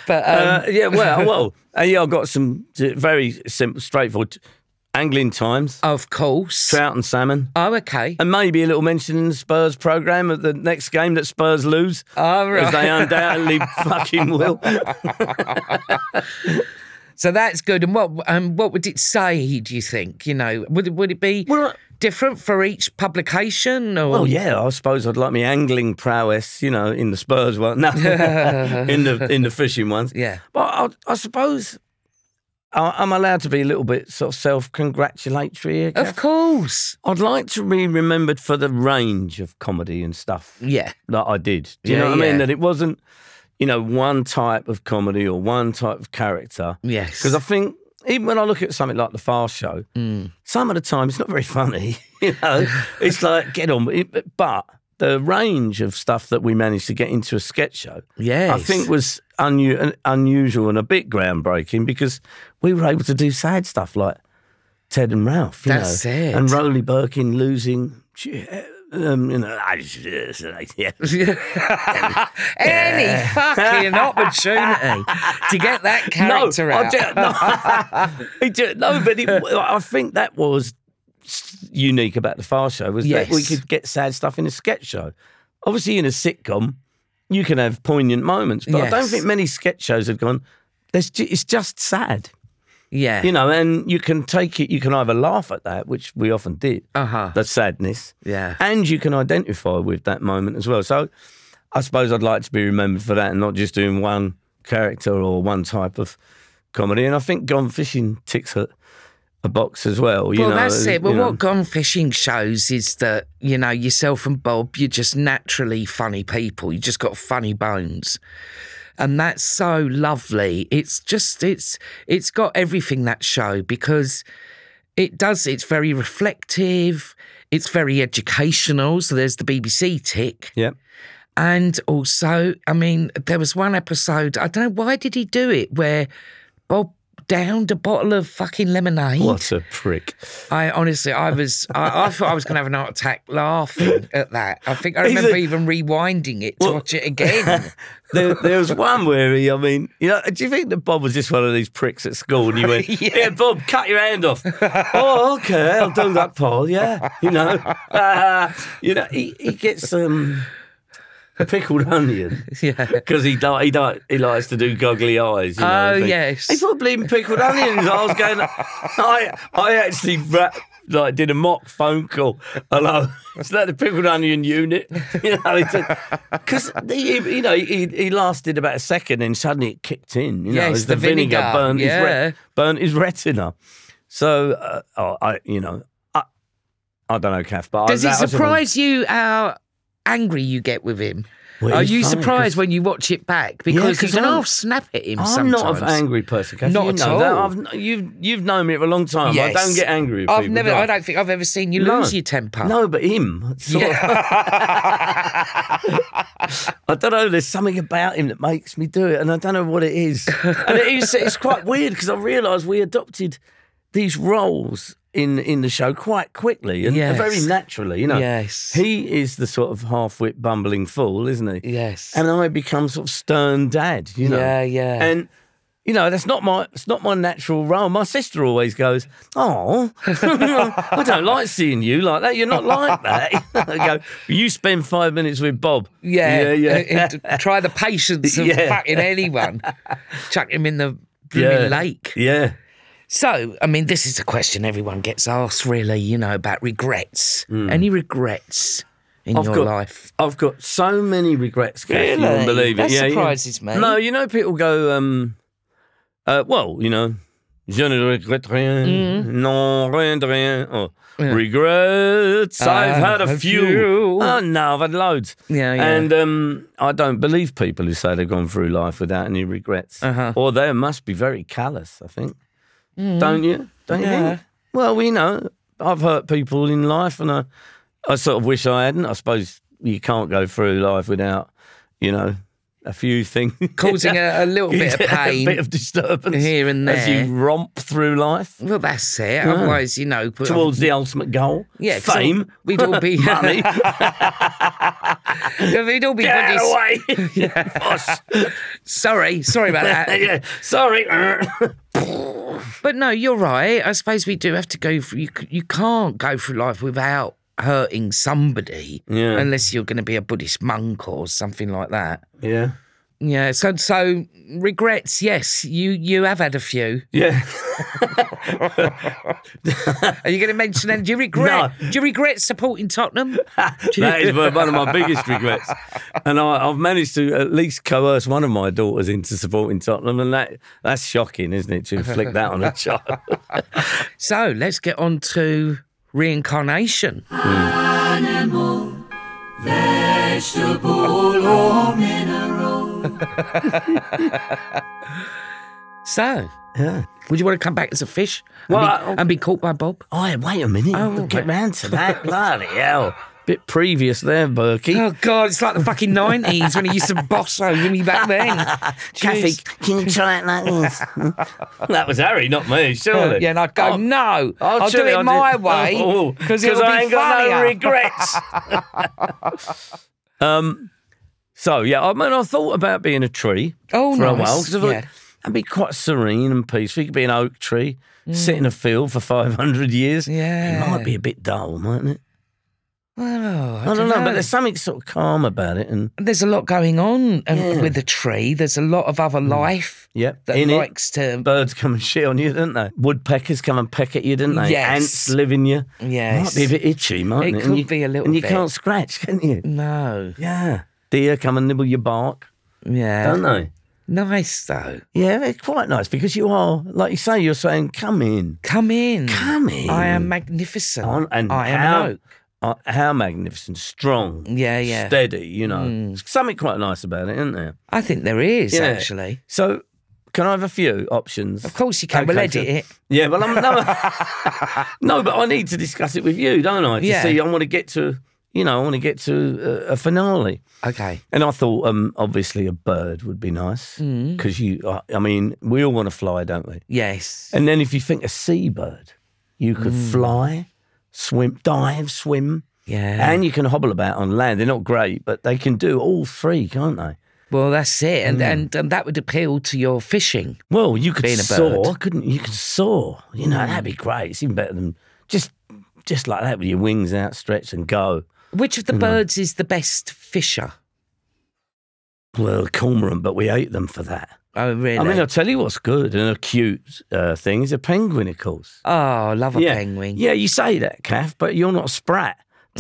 [SPEAKER 3] Uh, yeah, [laughs] well, well, uh, yeah, I got some j- very simple, straightforward angling times,
[SPEAKER 1] of course.
[SPEAKER 3] trout and salmon,
[SPEAKER 1] Oh, okay.
[SPEAKER 3] and maybe a little mention in the Spurs program of the next game that Spurs lose,
[SPEAKER 1] All right.
[SPEAKER 3] as they [laughs] undoubtedly fucking will.
[SPEAKER 1] So that's good. And what um, what would it say? Do you think? You know, would it, would it be
[SPEAKER 3] Well, I-
[SPEAKER 1] different for each publication? Or
[SPEAKER 3] Well, yeah, I suppose I'd like my angling prowess, you know, in the Spurs one, no, [laughs] in the in the fishing ones.
[SPEAKER 1] Yeah.
[SPEAKER 3] but I, I suppose I, I'm allowed to be a little bit sort of self-congratulatory. here, Kath?
[SPEAKER 1] of course.
[SPEAKER 3] I'd like to be remembered for the range of comedy and stuff
[SPEAKER 1] Yeah,
[SPEAKER 3] that I did. Do you
[SPEAKER 1] Yeah,
[SPEAKER 3] know what I
[SPEAKER 1] yeah.
[SPEAKER 3] mean? That it wasn't, you know, one type of comedy or one type of character.
[SPEAKER 1] yes.
[SPEAKER 3] Because I think even when I look at something like the Fast Show,
[SPEAKER 1] Mm.
[SPEAKER 3] some of the time it's not very funny. [laughs] You know, it's like get on. with it. But the range of stuff that we managed to get into a sketch show,
[SPEAKER 1] yes.
[SPEAKER 3] I think was unu- unusual and a bit groundbreaking because we were able to do sad stuff like Ted and Ralph, you
[SPEAKER 1] That's
[SPEAKER 3] know,
[SPEAKER 1] it.
[SPEAKER 3] and Roly Birkin losing. Um, you know, I just, yeah.
[SPEAKER 1] any fucking opportunity to get that [laughs] character
[SPEAKER 3] [laughs] no, I
[SPEAKER 1] out.
[SPEAKER 3] don't- no. [laughs] He did- no, but it, I think that was unique about the Far Show was that we
[SPEAKER 1] Yes.
[SPEAKER 3] could get sad stuff in a sketch show. Obviously, in a sitcom, you can have poignant moments, but I don't
[SPEAKER 1] Yes.
[SPEAKER 3] think many sketch shows have gone. There's, ju- it's just sad,
[SPEAKER 1] yeah.
[SPEAKER 3] you know, and you can take it. You can either laugh at that, which we often did,
[SPEAKER 1] uh huh.
[SPEAKER 3] the sadness,
[SPEAKER 1] Yeah.
[SPEAKER 3] and you can identify with that moment as well. So, I suppose I'd like to be remembered for that and not just doing one character or one type of comedy. And I think Gone Fishing ticks a, a box as well. You
[SPEAKER 1] Well,
[SPEAKER 3] know,
[SPEAKER 1] that's it. Well,
[SPEAKER 3] you know.
[SPEAKER 1] what Gone Fishing shows is that, you know, yourself and Bob, you're just naturally funny people. You just got funny bones. And that's so lovely. It's just, it's, it's got everything that show because it does, it's very reflective. It's very educational. So there's the BBC tick.
[SPEAKER 3] Yeah.
[SPEAKER 1] And also, I mean, there was one episode, I don't know, why did he do it? Where Bob downed a bottle of fucking lemonade.
[SPEAKER 3] What a prick.
[SPEAKER 1] I honestly, I was, I, I thought I was going to have an heart attack laughing at that. I think I
[SPEAKER 3] He's
[SPEAKER 1] remember
[SPEAKER 3] a-
[SPEAKER 1] even rewinding it to
[SPEAKER 3] Well-
[SPEAKER 1] watch it
[SPEAKER 3] [laughs]
[SPEAKER 1] again.
[SPEAKER 3] There, there was one where he, I mean, you know, do you think that Bob was just one of these pricks at school and you went, yeah. Bob, cut your hand off. oh, okay, I'll do that, Paul, yeah. You know, [laughs] Ah, you know, he, he gets um, a pickled onion. [laughs]
[SPEAKER 1] yeah.
[SPEAKER 3] Because he di- he di- he likes to do goggly eyes. You know,
[SPEAKER 1] Oh,
[SPEAKER 3] and things.
[SPEAKER 1] yes.
[SPEAKER 3] He put bleeding pickled onions. I was going. I I actually ra- like did a mock phone call. Hello, [laughs] is that the pickled onion unit? [laughs] You know, because you know he, he lasted about a second and suddenly it kicked in. You know,
[SPEAKER 1] Yes,
[SPEAKER 3] as the,
[SPEAKER 1] the
[SPEAKER 3] vinegar,
[SPEAKER 1] vinegar,
[SPEAKER 3] burnt his
[SPEAKER 1] yeah.
[SPEAKER 3] re- burnt his retina. So uh, oh, I you know I I don't know, Kath, but I-
[SPEAKER 1] Does it
[SPEAKER 3] that was a-
[SPEAKER 1] surprise you how angry you get with him?
[SPEAKER 3] Well,
[SPEAKER 1] Are
[SPEAKER 3] he's
[SPEAKER 1] you
[SPEAKER 3] funny, 'cause-
[SPEAKER 1] surprised when you watch it back? Because you
[SPEAKER 3] 'cause
[SPEAKER 1] can
[SPEAKER 3] I'm-
[SPEAKER 1] half snap at him
[SPEAKER 3] I'm
[SPEAKER 1] sometimes.
[SPEAKER 3] not an angry person. Kath.
[SPEAKER 1] Not
[SPEAKER 3] you
[SPEAKER 1] at
[SPEAKER 3] know that.
[SPEAKER 1] all.
[SPEAKER 3] I've, you've you've known me for a long time.
[SPEAKER 1] Yes.
[SPEAKER 3] I don't get angry. With
[SPEAKER 1] I've
[SPEAKER 3] people,
[SPEAKER 1] never,
[SPEAKER 3] do
[SPEAKER 1] I don't think I've ever seen you
[SPEAKER 3] No.
[SPEAKER 1] lose your temper.
[SPEAKER 3] No, but him. sort of. [laughs] I don't know. There's something about him that makes me do it, and I don't know what it
[SPEAKER 1] [laughs]
[SPEAKER 3] is. And it is, it's quite weird because I realised we adopted these roles in in the show quite quickly and
[SPEAKER 1] Yes.
[SPEAKER 3] very naturally. You know,
[SPEAKER 1] Yes.
[SPEAKER 3] he is the sort of half-wit, bumbling fool, isn't he?
[SPEAKER 1] Yes.
[SPEAKER 3] And I become sort of stern dad. You know.
[SPEAKER 1] Yeah, yeah.
[SPEAKER 3] And you know, that's not my it's not my natural role. My sister always goes, "Oh, [laughs] I don't like seeing you like that. You're not like that." [laughs] I go, "You spend five minutes with Bob."
[SPEAKER 1] yeah,
[SPEAKER 3] yeah, yeah. [laughs]
[SPEAKER 1] And try the patience of
[SPEAKER 3] Yeah.
[SPEAKER 1] fucking anyone. Chuck him in the
[SPEAKER 3] yeah.
[SPEAKER 1] blooming lake.
[SPEAKER 3] Yeah.
[SPEAKER 1] So, I mean, this is a question everyone gets asked, really, you know, about regrets. Any regrets? in
[SPEAKER 3] Hmm. I've
[SPEAKER 1] your
[SPEAKER 3] got,
[SPEAKER 1] life?
[SPEAKER 3] I've got so many regrets, Kath, you
[SPEAKER 1] Really?
[SPEAKER 3] wouldn't believe it.
[SPEAKER 1] That
[SPEAKER 3] yeah, yeah.
[SPEAKER 1] surprises me.
[SPEAKER 3] No, you know, people go, um, uh, well, you know, je ne regrette rien,
[SPEAKER 1] Mm.
[SPEAKER 3] non, rien de rien. Or, Regrets, I've had a
[SPEAKER 1] a
[SPEAKER 3] few.
[SPEAKER 1] few.
[SPEAKER 3] Oh, no, I've had loads.
[SPEAKER 1] Ah, Yeah, yeah.
[SPEAKER 3] And um, I don't believe people who say they've gone through life without any regrets.
[SPEAKER 1] Uh-huh. Mm.
[SPEAKER 3] Or they must be very callous, I think. Don't you? Don't you
[SPEAKER 1] Yeah.
[SPEAKER 3] think? Well, we know, I've hurt people in life and I, I sort of wish I hadn't. I suppose you can't go through life without, you know, a few things.
[SPEAKER 1] Causing a, a
[SPEAKER 3] [laughs]
[SPEAKER 1] little bit of
[SPEAKER 3] a
[SPEAKER 1] pain.
[SPEAKER 3] bit of disturbance
[SPEAKER 1] here and
[SPEAKER 3] as you
[SPEAKER 1] there.
[SPEAKER 3] romp through life
[SPEAKER 1] well, that's it. Otherwise, you know. but-
[SPEAKER 3] towards the ultimate goal.
[SPEAKER 1] Yeah, 'cause
[SPEAKER 3] fame.
[SPEAKER 1] We'd
[SPEAKER 3] [laughs]
[SPEAKER 1] all be [laughs]
[SPEAKER 3] money.
[SPEAKER 1] We'd all be bloody
[SPEAKER 3] Get
[SPEAKER 1] s- Uh,
[SPEAKER 3] away.
[SPEAKER 1] [laughs]
[SPEAKER 3] Boss.
[SPEAKER 1] Sorry, sorry about that.
[SPEAKER 3] [laughs] yeah, sorry.
[SPEAKER 1] But no, you're right. I suppose we do have to go. For, you c- you can't go through life without hurting somebody,
[SPEAKER 3] Yeah.
[SPEAKER 1] unless you're going to be a Buddhist monk or something like that.
[SPEAKER 3] [laughs] yeah.
[SPEAKER 1] Yeah. So so regrets. Yes, you you have had a few.
[SPEAKER 3] Yeah.
[SPEAKER 1] Are you going to mention any? Do you regret?
[SPEAKER 3] [laughs] No.
[SPEAKER 1] Do you regret supporting Tottenham?
[SPEAKER 3] [laughs] that is one of my biggest regrets. And I, I've managed to at least coerce one of my daughters into supporting Tottenham, and that that's shocking, isn't it? To flick
[SPEAKER 1] [laughs]
[SPEAKER 3] that on a child.
[SPEAKER 1] So let's get on to reincarnation.
[SPEAKER 2] Animal, vegetable or mineral.
[SPEAKER 1] [laughs] So
[SPEAKER 3] Yeah.
[SPEAKER 1] would you want to come back as a fish and,
[SPEAKER 3] Well,
[SPEAKER 1] be,
[SPEAKER 3] I-
[SPEAKER 1] and be caught by Bob?
[SPEAKER 3] Oh, wait a minute.
[SPEAKER 1] Oh,
[SPEAKER 3] get
[SPEAKER 1] right.
[SPEAKER 3] round to [laughs] that. Bloody hell. Bit previous there, Berkey. [laughs]
[SPEAKER 1] Oh God, it's like the fucking nineties when he used to boss over me back [laughs] then.
[SPEAKER 3] Kathy,
[SPEAKER 1] Jeez.
[SPEAKER 3] can you try it like this? [laughs] that was Harry, not me, surely.
[SPEAKER 1] Yeah, and I'd go,
[SPEAKER 3] Oh,
[SPEAKER 1] no,
[SPEAKER 3] oh,
[SPEAKER 1] I'll do
[SPEAKER 3] surely
[SPEAKER 1] it
[SPEAKER 3] I
[SPEAKER 1] my
[SPEAKER 3] did-
[SPEAKER 1] way
[SPEAKER 3] Oh,
[SPEAKER 1] because it'll
[SPEAKER 3] I
[SPEAKER 1] be
[SPEAKER 3] ain't got
[SPEAKER 1] funnier.
[SPEAKER 3] no regrets.
[SPEAKER 1] [laughs]
[SPEAKER 3] [laughs] um, so yeah, I mean, I thought about being a tree
[SPEAKER 1] oh,
[SPEAKER 3] for
[SPEAKER 1] nice.
[SPEAKER 3] a while because I thought
[SPEAKER 1] yeah.
[SPEAKER 3] I'd be quite serene and peaceful. You could be an oak tree, sit in a field for five hundred years.
[SPEAKER 1] Mm. Yeah.
[SPEAKER 3] it might be a bit dull, mightn't it?
[SPEAKER 1] Oh, I,
[SPEAKER 3] I, don't know, but
[SPEAKER 1] know.
[SPEAKER 3] there's something sort of calm about it, and
[SPEAKER 1] there's a lot going on um,
[SPEAKER 3] Yeah.
[SPEAKER 1] with the tree. There's a lot of other life
[SPEAKER 3] Hmm. yeah,
[SPEAKER 1] that
[SPEAKER 3] in it.
[SPEAKER 1] likes to.
[SPEAKER 3] Birds come and shit on you, don't they? Woodpeckers come and peck at you, don't they?
[SPEAKER 1] Yes.
[SPEAKER 3] Ants live in you.
[SPEAKER 1] Yes.
[SPEAKER 3] Might be a bit itchy, mightn't
[SPEAKER 1] It
[SPEAKER 3] it?
[SPEAKER 1] could
[SPEAKER 3] and you,
[SPEAKER 1] be a little
[SPEAKER 3] And you
[SPEAKER 1] bit.
[SPEAKER 3] can't scratch, can you?
[SPEAKER 1] no.
[SPEAKER 3] Yeah. Deer come and nibble your bark,
[SPEAKER 1] Yeah.
[SPEAKER 3] don't they?
[SPEAKER 1] Nice though.
[SPEAKER 3] Yeah, they're quite nice because you are, like you say, you're saying, come in.
[SPEAKER 1] Come in.
[SPEAKER 3] Come in.
[SPEAKER 1] I am magnificent.
[SPEAKER 3] On- and
[SPEAKER 1] I am
[SPEAKER 3] how,
[SPEAKER 1] an oak.
[SPEAKER 3] uh, how magnificent, strong,
[SPEAKER 1] Yeah, yeah. Mm.
[SPEAKER 3] steady, you know. There's Something quite nice about it, isn't there?
[SPEAKER 1] I think there is
[SPEAKER 3] Yeah.
[SPEAKER 1] actually.
[SPEAKER 3] So, can I have a few options?
[SPEAKER 1] Of course you can. we'll
[SPEAKER 3] Okay,
[SPEAKER 1] edit
[SPEAKER 3] sure.
[SPEAKER 1] it.
[SPEAKER 3] Yeah, well,
[SPEAKER 1] [laughs]
[SPEAKER 3] I'm no, no, but I need to discuss it with you, don't I? To
[SPEAKER 1] Yeah.
[SPEAKER 3] see, I want to get to, you know, I want to get to a, a finale.
[SPEAKER 1] Okay.
[SPEAKER 3] And I thought, um, obviously, a bird would be nice
[SPEAKER 1] Mm.
[SPEAKER 3] because you, I, I mean, we all want to fly, don't we?
[SPEAKER 1] Yes.
[SPEAKER 3] And then if you think a seabird, you could
[SPEAKER 1] Mm.
[SPEAKER 3] fly, swim, dive, swim,
[SPEAKER 1] Yeah.
[SPEAKER 3] and you can hobble about on land. They're not great, but they can do all three, can't they?
[SPEAKER 1] well, that's it,
[SPEAKER 3] Hmm.
[SPEAKER 1] and, and and that would appeal to your fishing.
[SPEAKER 3] Well, you could
[SPEAKER 1] Being a
[SPEAKER 3] soar,
[SPEAKER 1] bird.
[SPEAKER 3] couldn't you? You could soar. You know, that'd be great. It's even better than just just like that with your wings outstretched and go.
[SPEAKER 1] Which of the
[SPEAKER 3] Hmm.
[SPEAKER 1] birds is the best fisher?
[SPEAKER 3] Well, cormorant, but we ate them for that.
[SPEAKER 1] Oh, really?
[SPEAKER 3] I mean, I'll tell you what's good and a cute uh, thing is a penguin, of course.
[SPEAKER 1] oh, I love a penguin. Mm.
[SPEAKER 3] Yeah, you say that, Kath, but you're not a sprat. [laughs]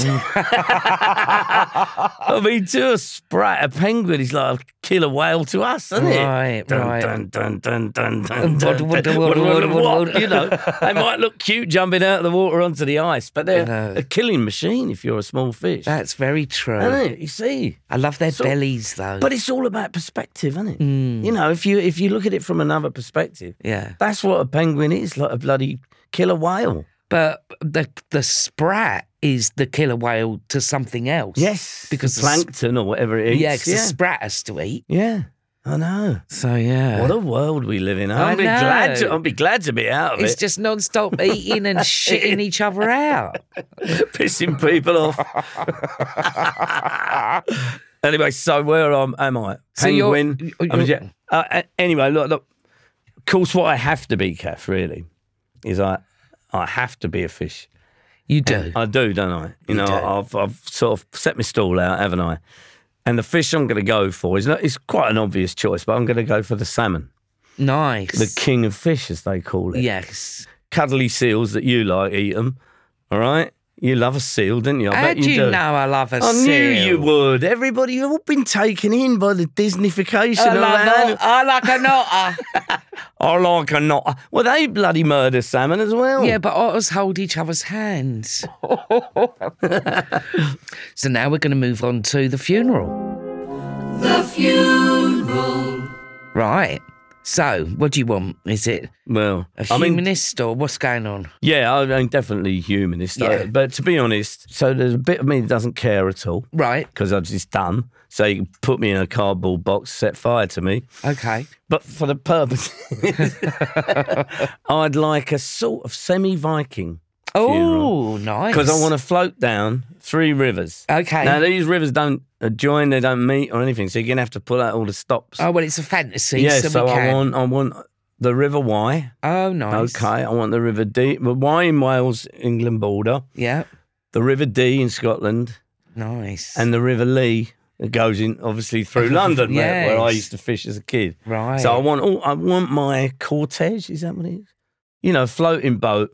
[SPEAKER 3] I mean, to a sprat, a penguin is like a killer whale to us, isn't
[SPEAKER 1] Right,
[SPEAKER 3] it? Dun,
[SPEAKER 1] right.
[SPEAKER 3] Dun, dun, dun, dun, dun,
[SPEAKER 1] What-
[SPEAKER 3] dun,
[SPEAKER 1] what-
[SPEAKER 3] dun.
[SPEAKER 1] what-
[SPEAKER 3] What-
[SPEAKER 1] what-
[SPEAKER 3] what-
[SPEAKER 1] what-
[SPEAKER 3] what? You know, they might look cute jumping out of the water onto the ice, but they're
[SPEAKER 1] No.
[SPEAKER 3] a killing machine if you're a small fish.
[SPEAKER 1] That's very true.
[SPEAKER 3] Isn't it? You see.
[SPEAKER 1] I love their
[SPEAKER 3] So-
[SPEAKER 1] bellies, though. Mm,
[SPEAKER 3] But it's all about perspective, isn't it? You know, if you if you look at it from another perspective,
[SPEAKER 1] yeah.
[SPEAKER 3] that's what a penguin is, like a bloody killer whale.
[SPEAKER 1] But the the sprat is the killer whale to something else.
[SPEAKER 3] Yes,
[SPEAKER 1] Because the s-
[SPEAKER 3] plankton or whatever it is.
[SPEAKER 1] Yeah, because
[SPEAKER 3] yeah.
[SPEAKER 1] the sprat has to eat.
[SPEAKER 3] Yeah, I know.
[SPEAKER 1] So yeah.
[SPEAKER 3] What a world we live in.
[SPEAKER 1] I
[SPEAKER 3] I'll be glad.
[SPEAKER 1] know.
[SPEAKER 3] To, I'll be glad to be out of
[SPEAKER 1] it's
[SPEAKER 3] it.
[SPEAKER 1] just non-stop eating
[SPEAKER 3] [laughs]
[SPEAKER 1] and shitting each other out.
[SPEAKER 3] pissing
[SPEAKER 1] [laughs]
[SPEAKER 3] people off. anyway, so where am, am I?
[SPEAKER 1] So you're-
[SPEAKER 3] Penguin.
[SPEAKER 1] you're-
[SPEAKER 3] I was- yeah. Uh, a- anyway, look, look. Of course, what I have to be, Kath, really, is I. I have to be a fish.
[SPEAKER 1] You
[SPEAKER 3] [laughs]
[SPEAKER 1] do.
[SPEAKER 3] I do, don't I? You, know,
[SPEAKER 1] do.
[SPEAKER 3] I've I've sort of set my stall out, haven't I? And the fish I'm going to go for is not, it's quite an obvious choice, but I'm going to go for the salmon.
[SPEAKER 1] nice.
[SPEAKER 3] the king of fish, as they call it.
[SPEAKER 1] Yes.
[SPEAKER 3] Cuddly seals that you like eat them. All right. You love a seal, didn't you? I
[SPEAKER 1] How
[SPEAKER 3] bet
[SPEAKER 1] do
[SPEAKER 3] you
[SPEAKER 1] you
[SPEAKER 3] do.
[SPEAKER 1] know I love a
[SPEAKER 3] I
[SPEAKER 1] seal?
[SPEAKER 3] knew you would. Everybody, you've all been taken in by the Disneyfication
[SPEAKER 1] I
[SPEAKER 3] of
[SPEAKER 1] like,
[SPEAKER 3] animals.
[SPEAKER 1] a, I like a knotter.
[SPEAKER 3] I like a not. Well, they bloody murder salmon as well.
[SPEAKER 1] Yeah, but otters hold each other's
[SPEAKER 3] [laughs]
[SPEAKER 1] hands. so now we're going to move on to the funeral.
[SPEAKER 2] the funeral,
[SPEAKER 1] Right. So, what do you want? Is it
[SPEAKER 3] Well,
[SPEAKER 1] a
[SPEAKER 3] I mean,
[SPEAKER 1] humanist or what's going on?
[SPEAKER 3] yeah, I- I'm definitely humanist. I-
[SPEAKER 1] Yeah.
[SPEAKER 3] but to be honest, so there's a bit of me that doesn't care at all
[SPEAKER 1] Right.
[SPEAKER 3] because I'm just done. So you can put me in a cardboard box, set fire to me.
[SPEAKER 1] Okay.
[SPEAKER 3] But for the purpose, [laughs] I'd like a sort of semi-Viking
[SPEAKER 1] Oh, nice.
[SPEAKER 3] because I want to float down three rivers.
[SPEAKER 1] Okay.
[SPEAKER 3] Now these rivers don't uh, join, they don't meet or anything, so you're gonna have to pull out all the stops.
[SPEAKER 1] Oh well, it's a fantasy.
[SPEAKER 3] yeah,
[SPEAKER 1] so,
[SPEAKER 3] so
[SPEAKER 1] we
[SPEAKER 3] I
[SPEAKER 1] can.
[SPEAKER 3] want, I want the River Wye.
[SPEAKER 1] Oh, nice.
[SPEAKER 3] Okay, I want the River Dee. Well, Wye in Wales, England border,
[SPEAKER 1] Yeah.
[SPEAKER 3] the River Dee in Scotland,
[SPEAKER 1] Nice.
[SPEAKER 3] and the River Lee that goes in
[SPEAKER 1] [laughs]
[SPEAKER 3] obviously through London, where- where I
[SPEAKER 1] Yes.
[SPEAKER 3] used to fish as a kid.
[SPEAKER 1] right.
[SPEAKER 3] So I want all, I want my cortege. Is that what it is? You know, a floating boat.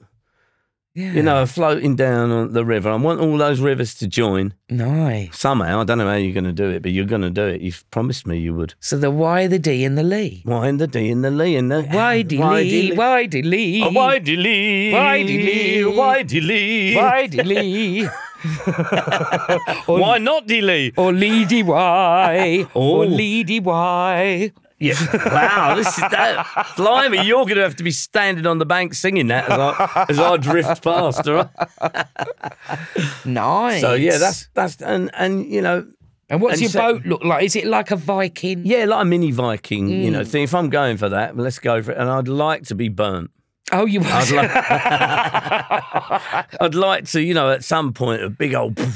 [SPEAKER 1] yeah.
[SPEAKER 3] You know, floating down on the river. I want all those rivers to join
[SPEAKER 1] nice.
[SPEAKER 3] somehow. I don't know how you're going to do it, but you're going to do it. You've promised me you would.
[SPEAKER 1] So the Y, the D, and the Lee.
[SPEAKER 3] Why in the D in the Lee and the
[SPEAKER 1] Why D Lee? Why D Lee?
[SPEAKER 3] Oh, Widey Lee.
[SPEAKER 1] Widey Lee.
[SPEAKER 3] Widey Lee.
[SPEAKER 1] Why D
[SPEAKER 3] [laughs]
[SPEAKER 1] Lee?
[SPEAKER 3] Why not D Lee?
[SPEAKER 1] Or Oh, Leedy Y?
[SPEAKER 3] Oh.
[SPEAKER 1] Or Leedy Y?
[SPEAKER 3] Yeah. Wow, this is that. Blimey, you're going to have to be standing on the bank singing that as I, as I drift past, all right?
[SPEAKER 1] Nice.
[SPEAKER 3] So, yeah, that's, that's, and, and, you know,
[SPEAKER 1] And what's
[SPEAKER 3] and
[SPEAKER 1] your
[SPEAKER 3] so-
[SPEAKER 1] boat look like? Is it like a Viking?
[SPEAKER 3] yeah, like a mini Viking, you know, thing. If I'm going for that, let's go for it. And I'd like to be burnt.
[SPEAKER 1] Oh, you
[SPEAKER 3] I'd, li- [laughs] I'd like to, you know, at some point, a big old
[SPEAKER 1] [laughs]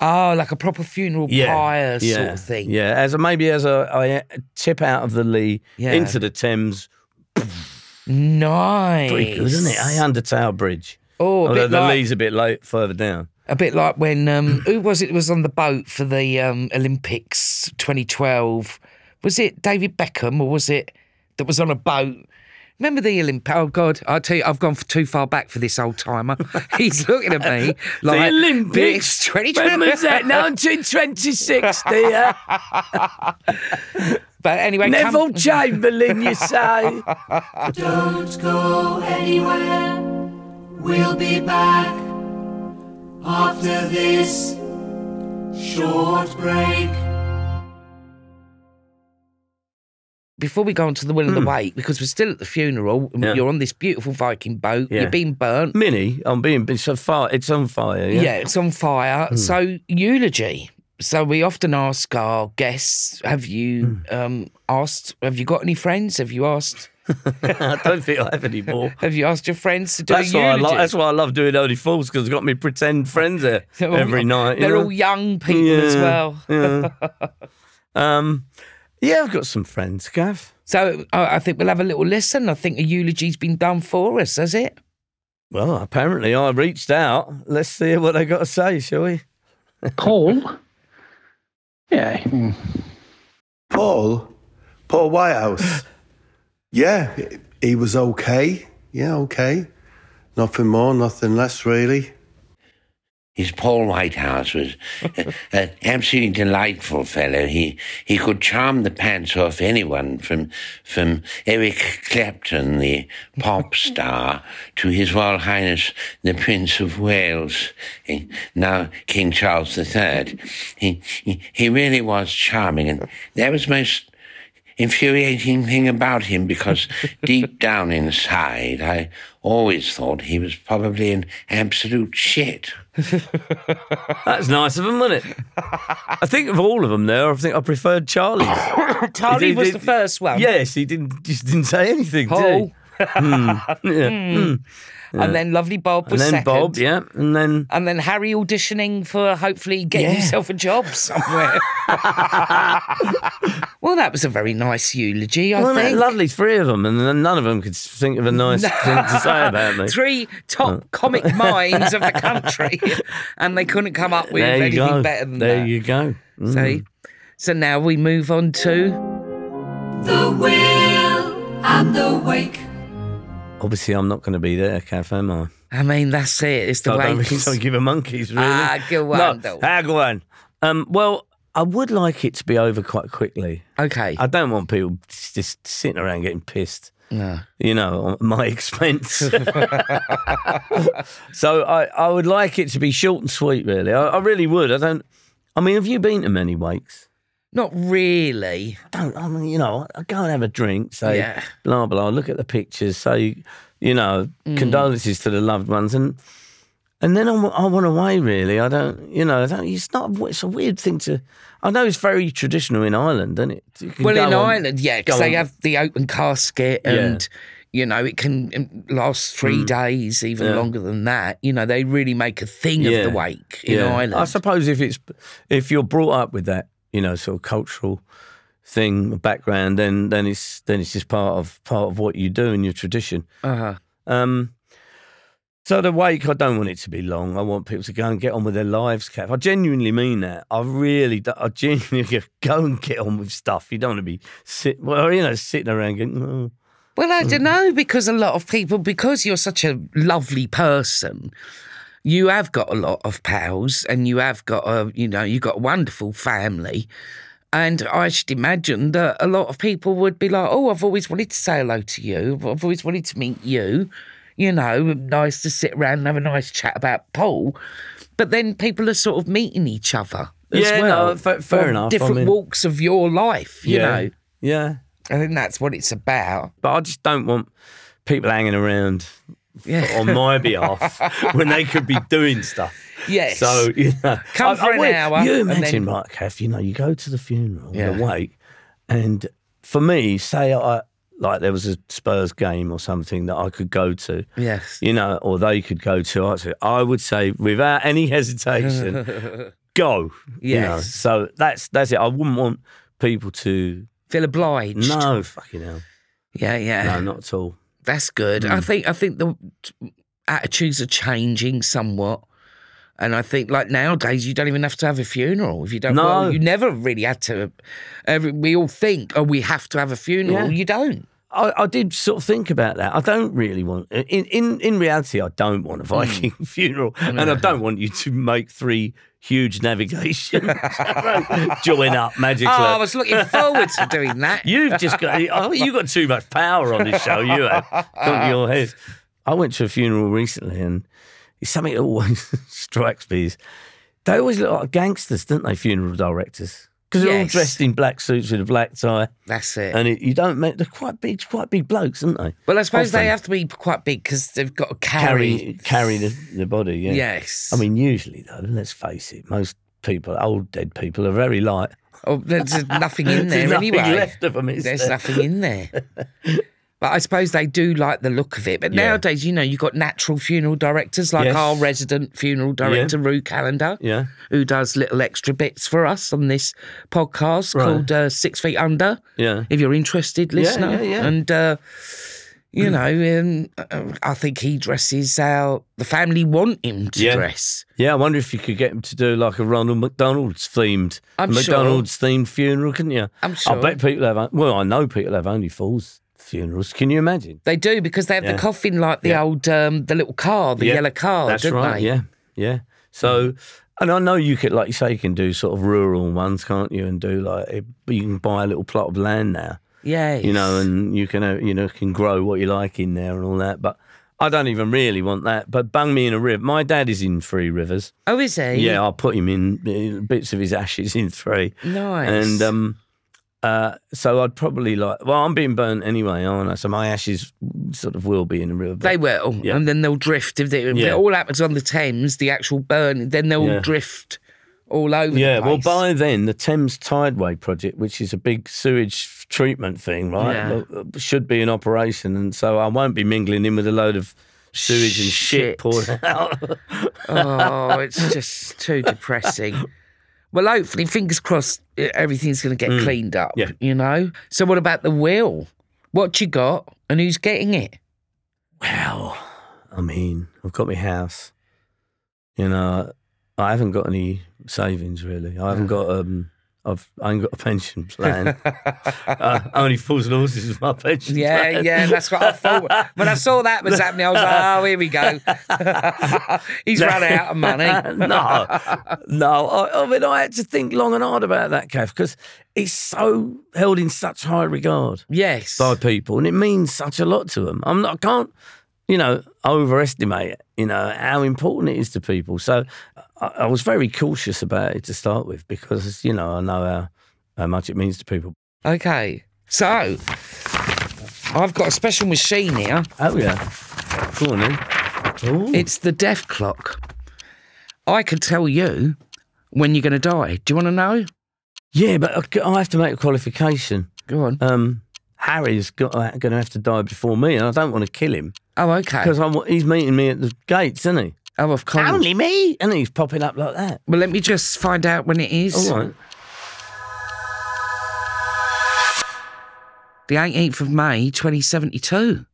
[SPEAKER 1] Oh, like a proper funeral pyre sort
[SPEAKER 3] yeah,
[SPEAKER 1] of thing.
[SPEAKER 3] Yeah, as a, maybe as a, I tip out of the Lee
[SPEAKER 1] Yeah.
[SPEAKER 3] into the Thames.
[SPEAKER 1] Nice.
[SPEAKER 3] Pretty good, isn't it? Hey, Undertower Bridge.
[SPEAKER 1] Oh, a
[SPEAKER 3] Although
[SPEAKER 1] bit
[SPEAKER 3] the
[SPEAKER 1] like
[SPEAKER 3] Lee's a bit low, further down.
[SPEAKER 1] A bit like when um,
[SPEAKER 3] Mm.
[SPEAKER 1] who was it that was on the boat for the um, Olympics 2012? Was it David Beckham or was it that was on a boat? Remember the Olympic? Oh God, I tell you, I've gone for too far back for this old timer.
[SPEAKER 3] [laughs]
[SPEAKER 1] He's looking at me like "Bitch, 2012. [laughs]
[SPEAKER 3] When was that? 1926, dear.
[SPEAKER 1] But anyway, come-
[SPEAKER 3] Neville Chamberlain, you
[SPEAKER 1] [laughs]
[SPEAKER 3] say?
[SPEAKER 2] don't go anywhere. We'll be back after this short break.
[SPEAKER 1] before we go on to the will and the wait, because we're still at the funeral. and
[SPEAKER 3] Mm. Yeah.
[SPEAKER 1] You're on this beautiful Viking boat.
[SPEAKER 3] Yeah.
[SPEAKER 1] You're being burnt.
[SPEAKER 3] Mini, I'm being, it's on fire. It's on fire,
[SPEAKER 1] Yeah,
[SPEAKER 3] yeah? Hmm.
[SPEAKER 1] it's on fire. So eulogy. So we often ask our guests, "Have you
[SPEAKER 3] Hmm.
[SPEAKER 1] um, asked? Have you got any friends? Have you asked?
[SPEAKER 3] [laughs] I don't think I have any more.
[SPEAKER 1] Have you asked your friends to [laughs] do
[SPEAKER 3] That's
[SPEAKER 1] a
[SPEAKER 3] why, I
[SPEAKER 1] eulogy?"
[SPEAKER 3] lo- that's why I love doing Only Fools, because it's got me pretend friends there
[SPEAKER 1] [laughs] They're all-
[SPEAKER 3] every night. you
[SPEAKER 1] They're
[SPEAKER 3] know?
[SPEAKER 1] all young people as
[SPEAKER 3] Yeah.
[SPEAKER 1] well.
[SPEAKER 3] [laughs] Um, yeah, I've got some friends, Gav.
[SPEAKER 1] So I I think we'll have a little listen. I think a eulogy's been done for us, has it?
[SPEAKER 3] Well, apparently I reached out. Let's see what they got to say, shall we?
[SPEAKER 5] Paul? Yeah.
[SPEAKER 6] Paul, Paul Whitehouse. yeah, he was okay. Yeah, okay. Nothing more, nothing less, really.
[SPEAKER 7] His Paul Whitehouse was a- an absolutely delightful fellow. He he could charm the pants off anyone, from from Eric Clapton, the pop star, to His Royal Highness the Prince of Wales, eh, now King Charles III. He he, he really was charming, and that was most infuriating thing about him because deep down inside, I always thought he was probably an absolute shit.
[SPEAKER 3] That's nice of them, wasn't it?
[SPEAKER 1] [laughs]
[SPEAKER 3] I think of all of them there, I think I preferred Charlie's.
[SPEAKER 1] [coughs] Charlie
[SPEAKER 3] He did-
[SPEAKER 1] was
[SPEAKER 3] he-
[SPEAKER 1] the first one.
[SPEAKER 3] Yes, he didn't just didn't say anything.
[SPEAKER 1] Paul,
[SPEAKER 3] [laughs]
[SPEAKER 1] Hmm.
[SPEAKER 3] Did he? Hmm. Yeah.
[SPEAKER 1] and then lovely Bob
[SPEAKER 3] And
[SPEAKER 1] was
[SPEAKER 3] then
[SPEAKER 1] second.
[SPEAKER 3] Bob, yeah, and then
[SPEAKER 1] And then Harry auditioning for hopefully getting
[SPEAKER 3] Yeah.
[SPEAKER 1] himself a job
[SPEAKER 3] [laughs]
[SPEAKER 1] somewhere. well, that was a very nice eulogy, I
[SPEAKER 3] well,
[SPEAKER 1] think.
[SPEAKER 3] lovely three of them, and then none of them could think of
[SPEAKER 1] [laughs]
[SPEAKER 3] a nice thing to say about me.
[SPEAKER 1] Three
[SPEAKER 3] Uh.
[SPEAKER 1] top
[SPEAKER 3] [laughs]
[SPEAKER 1] comic minds of the country, and they couldn't come up with
[SPEAKER 3] there you
[SPEAKER 1] anything
[SPEAKER 3] go.
[SPEAKER 1] better than
[SPEAKER 3] there
[SPEAKER 1] that.
[SPEAKER 3] you go. Mm.
[SPEAKER 1] See? So now we move on to
[SPEAKER 2] The will and the wake.
[SPEAKER 3] Obviously, I'm not going to be there, Kath, am I?
[SPEAKER 1] I mean, that's it. It's the
[SPEAKER 3] I
[SPEAKER 1] way.
[SPEAKER 3] Oh, don't really
[SPEAKER 1] it's-
[SPEAKER 3] don't give a monkeys, really.
[SPEAKER 1] Ah, go on,
[SPEAKER 3] No,
[SPEAKER 1] though.
[SPEAKER 3] ah, go on. Um, well, I would like it to be over quite quickly.
[SPEAKER 1] Okay.
[SPEAKER 3] I don't want people just, just sitting around getting pissed,
[SPEAKER 1] No.
[SPEAKER 3] you know, at my [laughs] expense. so I, I would like it to be short and sweet, really. I, I really would. I don't. I mean, have you been to many wakes?
[SPEAKER 1] Not really.
[SPEAKER 3] Don't. I mean, you know, I go and have a drink, say
[SPEAKER 1] Yeah.
[SPEAKER 3] blah blah. Look at the pictures, say, you know,
[SPEAKER 1] Mm.
[SPEAKER 3] condolences to the loved ones, and and then I'm, I want away. Really, I don't. You know, I don't, it's not. It's a weird thing to. I know it's very traditional in Ireland, isn't it? You can
[SPEAKER 1] Well,
[SPEAKER 3] go
[SPEAKER 1] in
[SPEAKER 3] on-
[SPEAKER 1] Ireland, yeah, because
[SPEAKER 3] go
[SPEAKER 1] they
[SPEAKER 3] on.
[SPEAKER 1] have the open casket
[SPEAKER 3] Yeah. Mm.
[SPEAKER 1] and. You know, it can um, last three days, even
[SPEAKER 3] Yeah.
[SPEAKER 1] longer than that. You know, they really make a thing
[SPEAKER 3] Yeah.
[SPEAKER 1] of the wake in Ireland.
[SPEAKER 3] I suppose if it's if you're brought up with that, you know, sort of cultural thing background, then then it's then it's just part of part of what you do in your tradition.
[SPEAKER 1] uh-huh.
[SPEAKER 3] Um, so the wake, I don't want it to be long. I want people to go and get on with their lives, Cap. I genuinely mean that. I really, do, I genuinely [laughs] go and get on with stuff. You don't want to be sit, well, you know, sitting around going. Oh.
[SPEAKER 1] Well, I don't know because a lot of people, because you're such a lovely person, you have got a lot of pals and you have got a, you know, you've got a wonderful family. And I should imagine that a lot of people would be like, oh, I've always wanted to say hello to you. I've always wanted to meet you. You know, nice to sit around and have a nice chat about Paul. But then people are sort of meeting each other as
[SPEAKER 3] Yeah, no,
[SPEAKER 1] well.
[SPEAKER 3] fa- fair
[SPEAKER 1] from
[SPEAKER 3] enough. I
[SPEAKER 1] Different
[SPEAKER 3] mean-
[SPEAKER 1] walks of your life, you
[SPEAKER 3] Yeah.
[SPEAKER 1] know.
[SPEAKER 3] Yeah,
[SPEAKER 1] I think that's what it's about.
[SPEAKER 3] but I just don't want people hanging around
[SPEAKER 1] Yeah.
[SPEAKER 3] on
[SPEAKER 1] [laughs]
[SPEAKER 3] my behalf when they could be doing stuff.
[SPEAKER 1] Yes.
[SPEAKER 3] So [laughs] you know,
[SPEAKER 1] Come for an
[SPEAKER 3] would-
[SPEAKER 1] hour
[SPEAKER 3] You
[SPEAKER 1] and
[SPEAKER 3] imagine,
[SPEAKER 1] then-
[SPEAKER 3] right, Kath? You know, you go to the funeral,
[SPEAKER 1] Yeah.
[SPEAKER 3] the wake, and for me, say I like there was a Spurs game or something that I could go to,
[SPEAKER 1] Yes.
[SPEAKER 3] you know, or they could go to. I say, I would say without
[SPEAKER 1] [laughs]
[SPEAKER 3] any hesitation, go. You know,
[SPEAKER 1] Yes.
[SPEAKER 3] so that's that's it. I wouldn't want people to
[SPEAKER 1] Feel obliged.
[SPEAKER 3] no fucking hell,
[SPEAKER 1] Yeah, yeah.
[SPEAKER 3] no, Mm. not at all.
[SPEAKER 1] That's good. I think I think the attitudes are changing somewhat. And I think, like nowadays, you don't even have to have a funeral if you don't.
[SPEAKER 3] No.
[SPEAKER 1] well, you never really had to. Every, we all think, oh, we have to have a funeral.
[SPEAKER 3] Yeah.
[SPEAKER 1] You don't.
[SPEAKER 3] I, I did sort of think about that. I don't really want in in, in reality. I don't want a
[SPEAKER 1] Hmm.
[SPEAKER 3] Viking [laughs] funeral, and I don't want you to make three
[SPEAKER 1] [laughs]
[SPEAKER 3] huge navigations [laughs] join up magically.
[SPEAKER 1] Oh, I was
[SPEAKER 3] [laughs]
[SPEAKER 1] looking forward to doing that.
[SPEAKER 3] You've just got oh, you got too much power on this show. You have Gone
[SPEAKER 1] [laughs]
[SPEAKER 3] to your head. I went to a funeral recently, and it's something that always [laughs] strikes me is they always look like gangsters, don't they? Funeral directors because they're all
[SPEAKER 1] Yes.
[SPEAKER 3] dressed in black suits with a black tie,
[SPEAKER 1] That's it.
[SPEAKER 3] and it, you don't make they're quite big, quite big blokes, aren't they?
[SPEAKER 1] well, I suppose they
[SPEAKER 3] often-
[SPEAKER 1] have to be quite big because they've got to carry.
[SPEAKER 3] carry carry the, the body. Yeah.
[SPEAKER 1] Yes.
[SPEAKER 3] I mean, usually though, let's face it, most people, old dead people, are very light.
[SPEAKER 1] Oh, there's
[SPEAKER 3] [laughs]
[SPEAKER 1] just nothing in there
[SPEAKER 3] There's nothing
[SPEAKER 1] anyway.
[SPEAKER 3] left of 'em, is
[SPEAKER 1] There's
[SPEAKER 3] there?
[SPEAKER 1] nothing in
[SPEAKER 3] [laughs]
[SPEAKER 1] there. But I suppose they do like the look of it. But
[SPEAKER 3] Yeah.
[SPEAKER 1] nowadays, you know, you've got natural funeral directors like
[SPEAKER 3] Yes.
[SPEAKER 1] our resident funeral director, Rue Calendar,
[SPEAKER 3] Yeah.
[SPEAKER 1] who does little extra bits for us on this podcast
[SPEAKER 3] Right.
[SPEAKER 1] called uh, Six Feet Under.
[SPEAKER 3] Yeah.
[SPEAKER 1] If you're interested, listener.
[SPEAKER 3] yeah, Mm. yeah.
[SPEAKER 1] And, uh, you know, um, I think he dresses how the family want him to
[SPEAKER 3] Yeah.
[SPEAKER 1] dress.
[SPEAKER 3] Yeah, I wonder if you could get him to do like a Ronald McDonald's themed,
[SPEAKER 1] I'm sure.
[SPEAKER 3] McDonald's themed funeral, couldn't you?
[SPEAKER 1] I'm
[SPEAKER 3] I
[SPEAKER 1] sure.
[SPEAKER 3] bet people have. Well, I know people have only fools funerals. Can you imagine?
[SPEAKER 1] They do because they have
[SPEAKER 3] Yeah.
[SPEAKER 1] the coffin like the
[SPEAKER 3] Yeah.
[SPEAKER 1] old, um, the little car, the
[SPEAKER 3] Yeah,
[SPEAKER 1] yellow car.
[SPEAKER 3] That's
[SPEAKER 1] don't
[SPEAKER 3] right.
[SPEAKER 1] They? Mm.
[SPEAKER 3] Yeah, yeah. So, and I know you could, like you say, you can do sort of rural ones, can't you? And do like eh, you can buy a little plot of land now.
[SPEAKER 1] Yes.
[SPEAKER 3] you know, and you can uh, you know can grow what you like in there and all that. But I don't even really want that. But bung me in a river. My dad is in three rivers.
[SPEAKER 1] oh, is he?
[SPEAKER 3] Yeah, I'll put him in uh, bits of his ashes in three.
[SPEAKER 1] Nice.
[SPEAKER 3] And um, uh, so I'd probably like. Well, I'm being burnt anyway, aren't I? So my ashes sort of will be in a river.
[SPEAKER 1] they will,
[SPEAKER 3] Yeah.
[SPEAKER 1] and then they'll drift. If, they, if
[SPEAKER 3] Yeah.
[SPEAKER 1] it all happens on the Thames, the actual burn, then they'll
[SPEAKER 3] Yeah.
[SPEAKER 1] drift all over.
[SPEAKER 3] yeah,
[SPEAKER 1] the
[SPEAKER 3] well,
[SPEAKER 1] place.
[SPEAKER 3] by then the Thames Tideway project, which is a big sewage treatment thing, right,
[SPEAKER 1] Yeah.
[SPEAKER 3] well, uh, should be in operation, and so I won't be mingling in with a load of sewage and
[SPEAKER 1] Shit.
[SPEAKER 3] shit poured out.
[SPEAKER 1] oh, it's just too depressing.
[SPEAKER 3] [laughs]
[SPEAKER 1] Well, hopefully, fingers crossed, e- everything's going to get cleaned up.
[SPEAKER 3] Mm. Yeah.
[SPEAKER 1] You know. So, what about the will? What you got, and who's getting it?
[SPEAKER 3] Well, I mean, I've got my house. You know, I haven't got any savings really. I haven't got um. I've I ain't got a
[SPEAKER 1] [laughs]
[SPEAKER 3] pension plan. uh, only fools and horses is my pension.
[SPEAKER 1] Yeah,
[SPEAKER 3] plan.
[SPEAKER 1] yeah, that's what I thought. When I saw that was happening, I was like, oh, here we go. [laughs]
[SPEAKER 3] [laughs]
[SPEAKER 1] He's run out of money.
[SPEAKER 3] [laughs] no, no. I, I mean, I had to think long and hard about that, Kath, because it's so held in such high regard
[SPEAKER 1] Yes.
[SPEAKER 3] by people, and it means such a lot to them. I'm not, I can't, you know, overestimate it, you know how important it is to people. So I, I was very cautious about it to start with because you know I know how, how much it means to people.
[SPEAKER 1] Okay. So I've got a special machine here.
[SPEAKER 3] Oh yeah, go on then. Ooh.
[SPEAKER 1] It's the death clock. I can tell you when you're going to die. Do you want to know?
[SPEAKER 3] yeah, but I c- I have to make a qualification.
[SPEAKER 1] Go on.
[SPEAKER 3] Um, Harry's going to have to die before me, and I don't want to kill him.
[SPEAKER 1] oh, okay.
[SPEAKER 3] Because I'm, he's meeting me at the gates, isn't he?
[SPEAKER 1] Oh, of course.
[SPEAKER 3] Only me, and he's popping up like that.
[SPEAKER 1] Well, let me just find out when it is.
[SPEAKER 3] All right.
[SPEAKER 1] The 18th of May, 2072.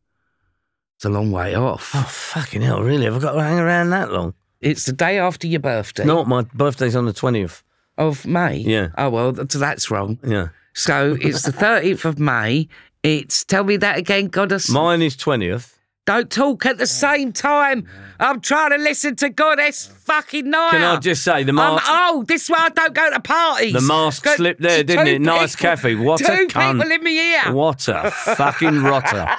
[SPEAKER 1] It's a long way off.
[SPEAKER 3] Oh fucking hell! Really? Have I got to hang around that long?
[SPEAKER 1] It's the day after your birthday
[SPEAKER 3] No, my birthday's on the twentieth.
[SPEAKER 1] of May.
[SPEAKER 3] Yeah.
[SPEAKER 1] Oh, well, th- that's wrong.
[SPEAKER 3] Yeah,
[SPEAKER 1] So it's the 30th of May. It's, tell me that again, goddess.
[SPEAKER 3] mine is twentieth.
[SPEAKER 1] Don't talk at the same time. I'm trying to listen to goddess fucking night.
[SPEAKER 3] Can I just say the mark?
[SPEAKER 1] I'm old. This is why I don't go to parties.
[SPEAKER 3] The mask
[SPEAKER 1] Got
[SPEAKER 3] slipped there,
[SPEAKER 1] two
[SPEAKER 3] didn't it? Nice
[SPEAKER 1] people-
[SPEAKER 3] Kathy. What
[SPEAKER 1] two
[SPEAKER 3] a cunt.
[SPEAKER 1] people in me ear.
[SPEAKER 3] What a fucking rotter!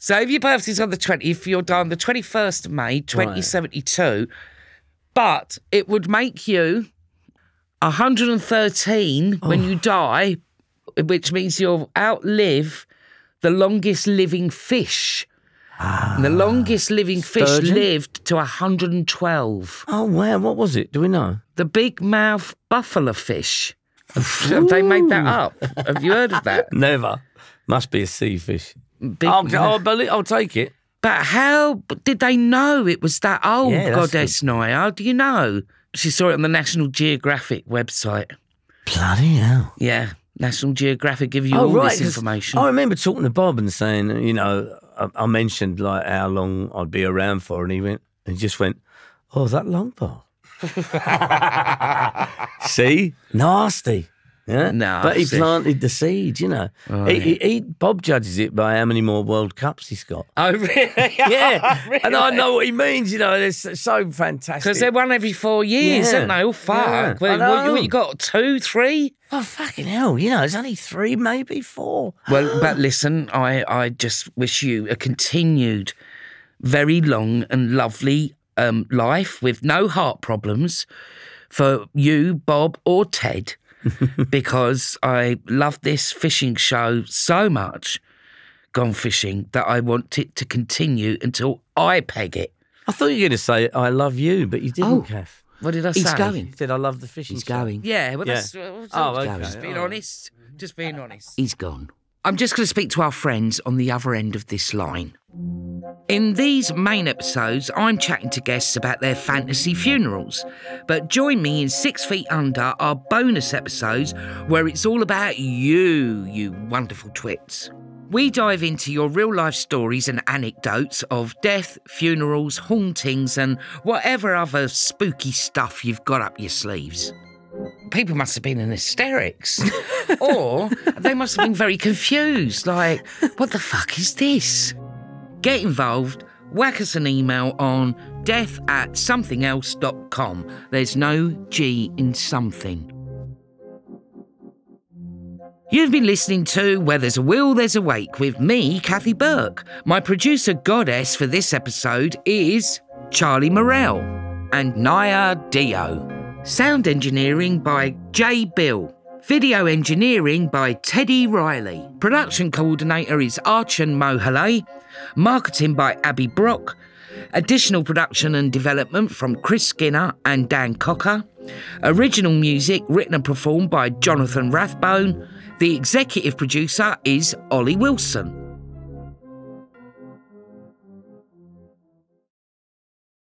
[SPEAKER 1] So if your birthday's on the 20th, you're die on the 21st of May, 2072. But it would make you 113 when you die, which means you'll outlive the longest living fish. And the longest living fish
[SPEAKER 3] Sturgeon?
[SPEAKER 1] lived to 112.
[SPEAKER 3] [laughs] Oh wow, what was it? Do we know?
[SPEAKER 1] The big mouth buffalo fish. [laughs] they made that up. Have you heard of that?
[SPEAKER 3] Never. Must be a sea fish.
[SPEAKER 1] Big
[SPEAKER 3] I'll, I'll, believe, I'll take it.
[SPEAKER 1] But how b- did they know it was that old
[SPEAKER 3] Yeah, that's
[SPEAKER 1] goddess Naya? How do you know? She saw it on the National Geographic website.
[SPEAKER 3] Bloody hell!
[SPEAKER 1] Yeah, National Geographic give you all this
[SPEAKER 3] Oh, 'cause
[SPEAKER 1] information.
[SPEAKER 3] I remember talking to Bob and saying, you know, I, I mentioned like how long I'd be around for, and he went, and he just went, oh, is that
[SPEAKER 1] [laughs]
[SPEAKER 3] long, Bob? See, nasty. Yeah, but he
[SPEAKER 1] Nasty.
[SPEAKER 3] planted the seed. You know, he, he, he, Bob judges it by how many more World Cups he's got. [laughs]
[SPEAKER 1] oh, [laughs] really?
[SPEAKER 3] Yeah, and I know what he means. You know, it's so fantastic.
[SPEAKER 1] Because they're one every four years,
[SPEAKER 3] Yeah.
[SPEAKER 1] aren't they? Oh,
[SPEAKER 3] Yeah,
[SPEAKER 1] fuck.
[SPEAKER 3] I
[SPEAKER 1] Well, what,
[SPEAKER 3] know.
[SPEAKER 1] what you got? Two, three?
[SPEAKER 3] oh fucking hell! You know, it's only three, maybe four.
[SPEAKER 1] Well, but listen, I, I just wish you a continued, very long and lovely um, life with no heart problems for you, Bob, or Ted, because I love this fishing show so much, Gone Fishing, that I want it to continue until I peg it.
[SPEAKER 3] I thought you were going to say "I love you," but you didn't,
[SPEAKER 8] Oh.
[SPEAKER 3] Kath.
[SPEAKER 1] What did I say?
[SPEAKER 8] He's going.
[SPEAKER 3] You said "I love the fishing."
[SPEAKER 8] He's
[SPEAKER 3] show."
[SPEAKER 8] going.
[SPEAKER 1] Yeah, well,
[SPEAKER 3] Yeah.
[SPEAKER 1] that's well,
[SPEAKER 3] Oh,
[SPEAKER 1] just- just
[SPEAKER 8] okay,
[SPEAKER 1] being
[SPEAKER 3] all right.
[SPEAKER 1] honest. Just being honest.
[SPEAKER 8] He's gone.
[SPEAKER 1] Uh, I'm just going to speak to our friends on the other end of this line. In these main episodes, I'm chatting to guests about their fantasy funerals. But join me in Six Feet Under, our bonus episodes, where it's all about you, you wonderful twits. We dive into your real life stories and anecdotes of death, funerals, hauntings, and whatever other spooky stuff you've got up your sleeves people must have been in hysterics [laughs] or they must have been very confused like what the fuck is this get involved whack us an email on death at somethingelse.com there's no g in something You've been listening to Where There's a Will, There's a Wake with me, Kathy Burke. My producer goddess for this episode is Charlie Morell and Naya Dio. Sound engineering by Jay Bill. Video engineering by Teddy Riley. Production coordinator is Archon Mohale. Marketing by Abby Brock. Additional production and development from Chris Skinner and Dan Cocker. Original music written and performed by Jonathan Rathbone. The executive producer is Ollie Wilson.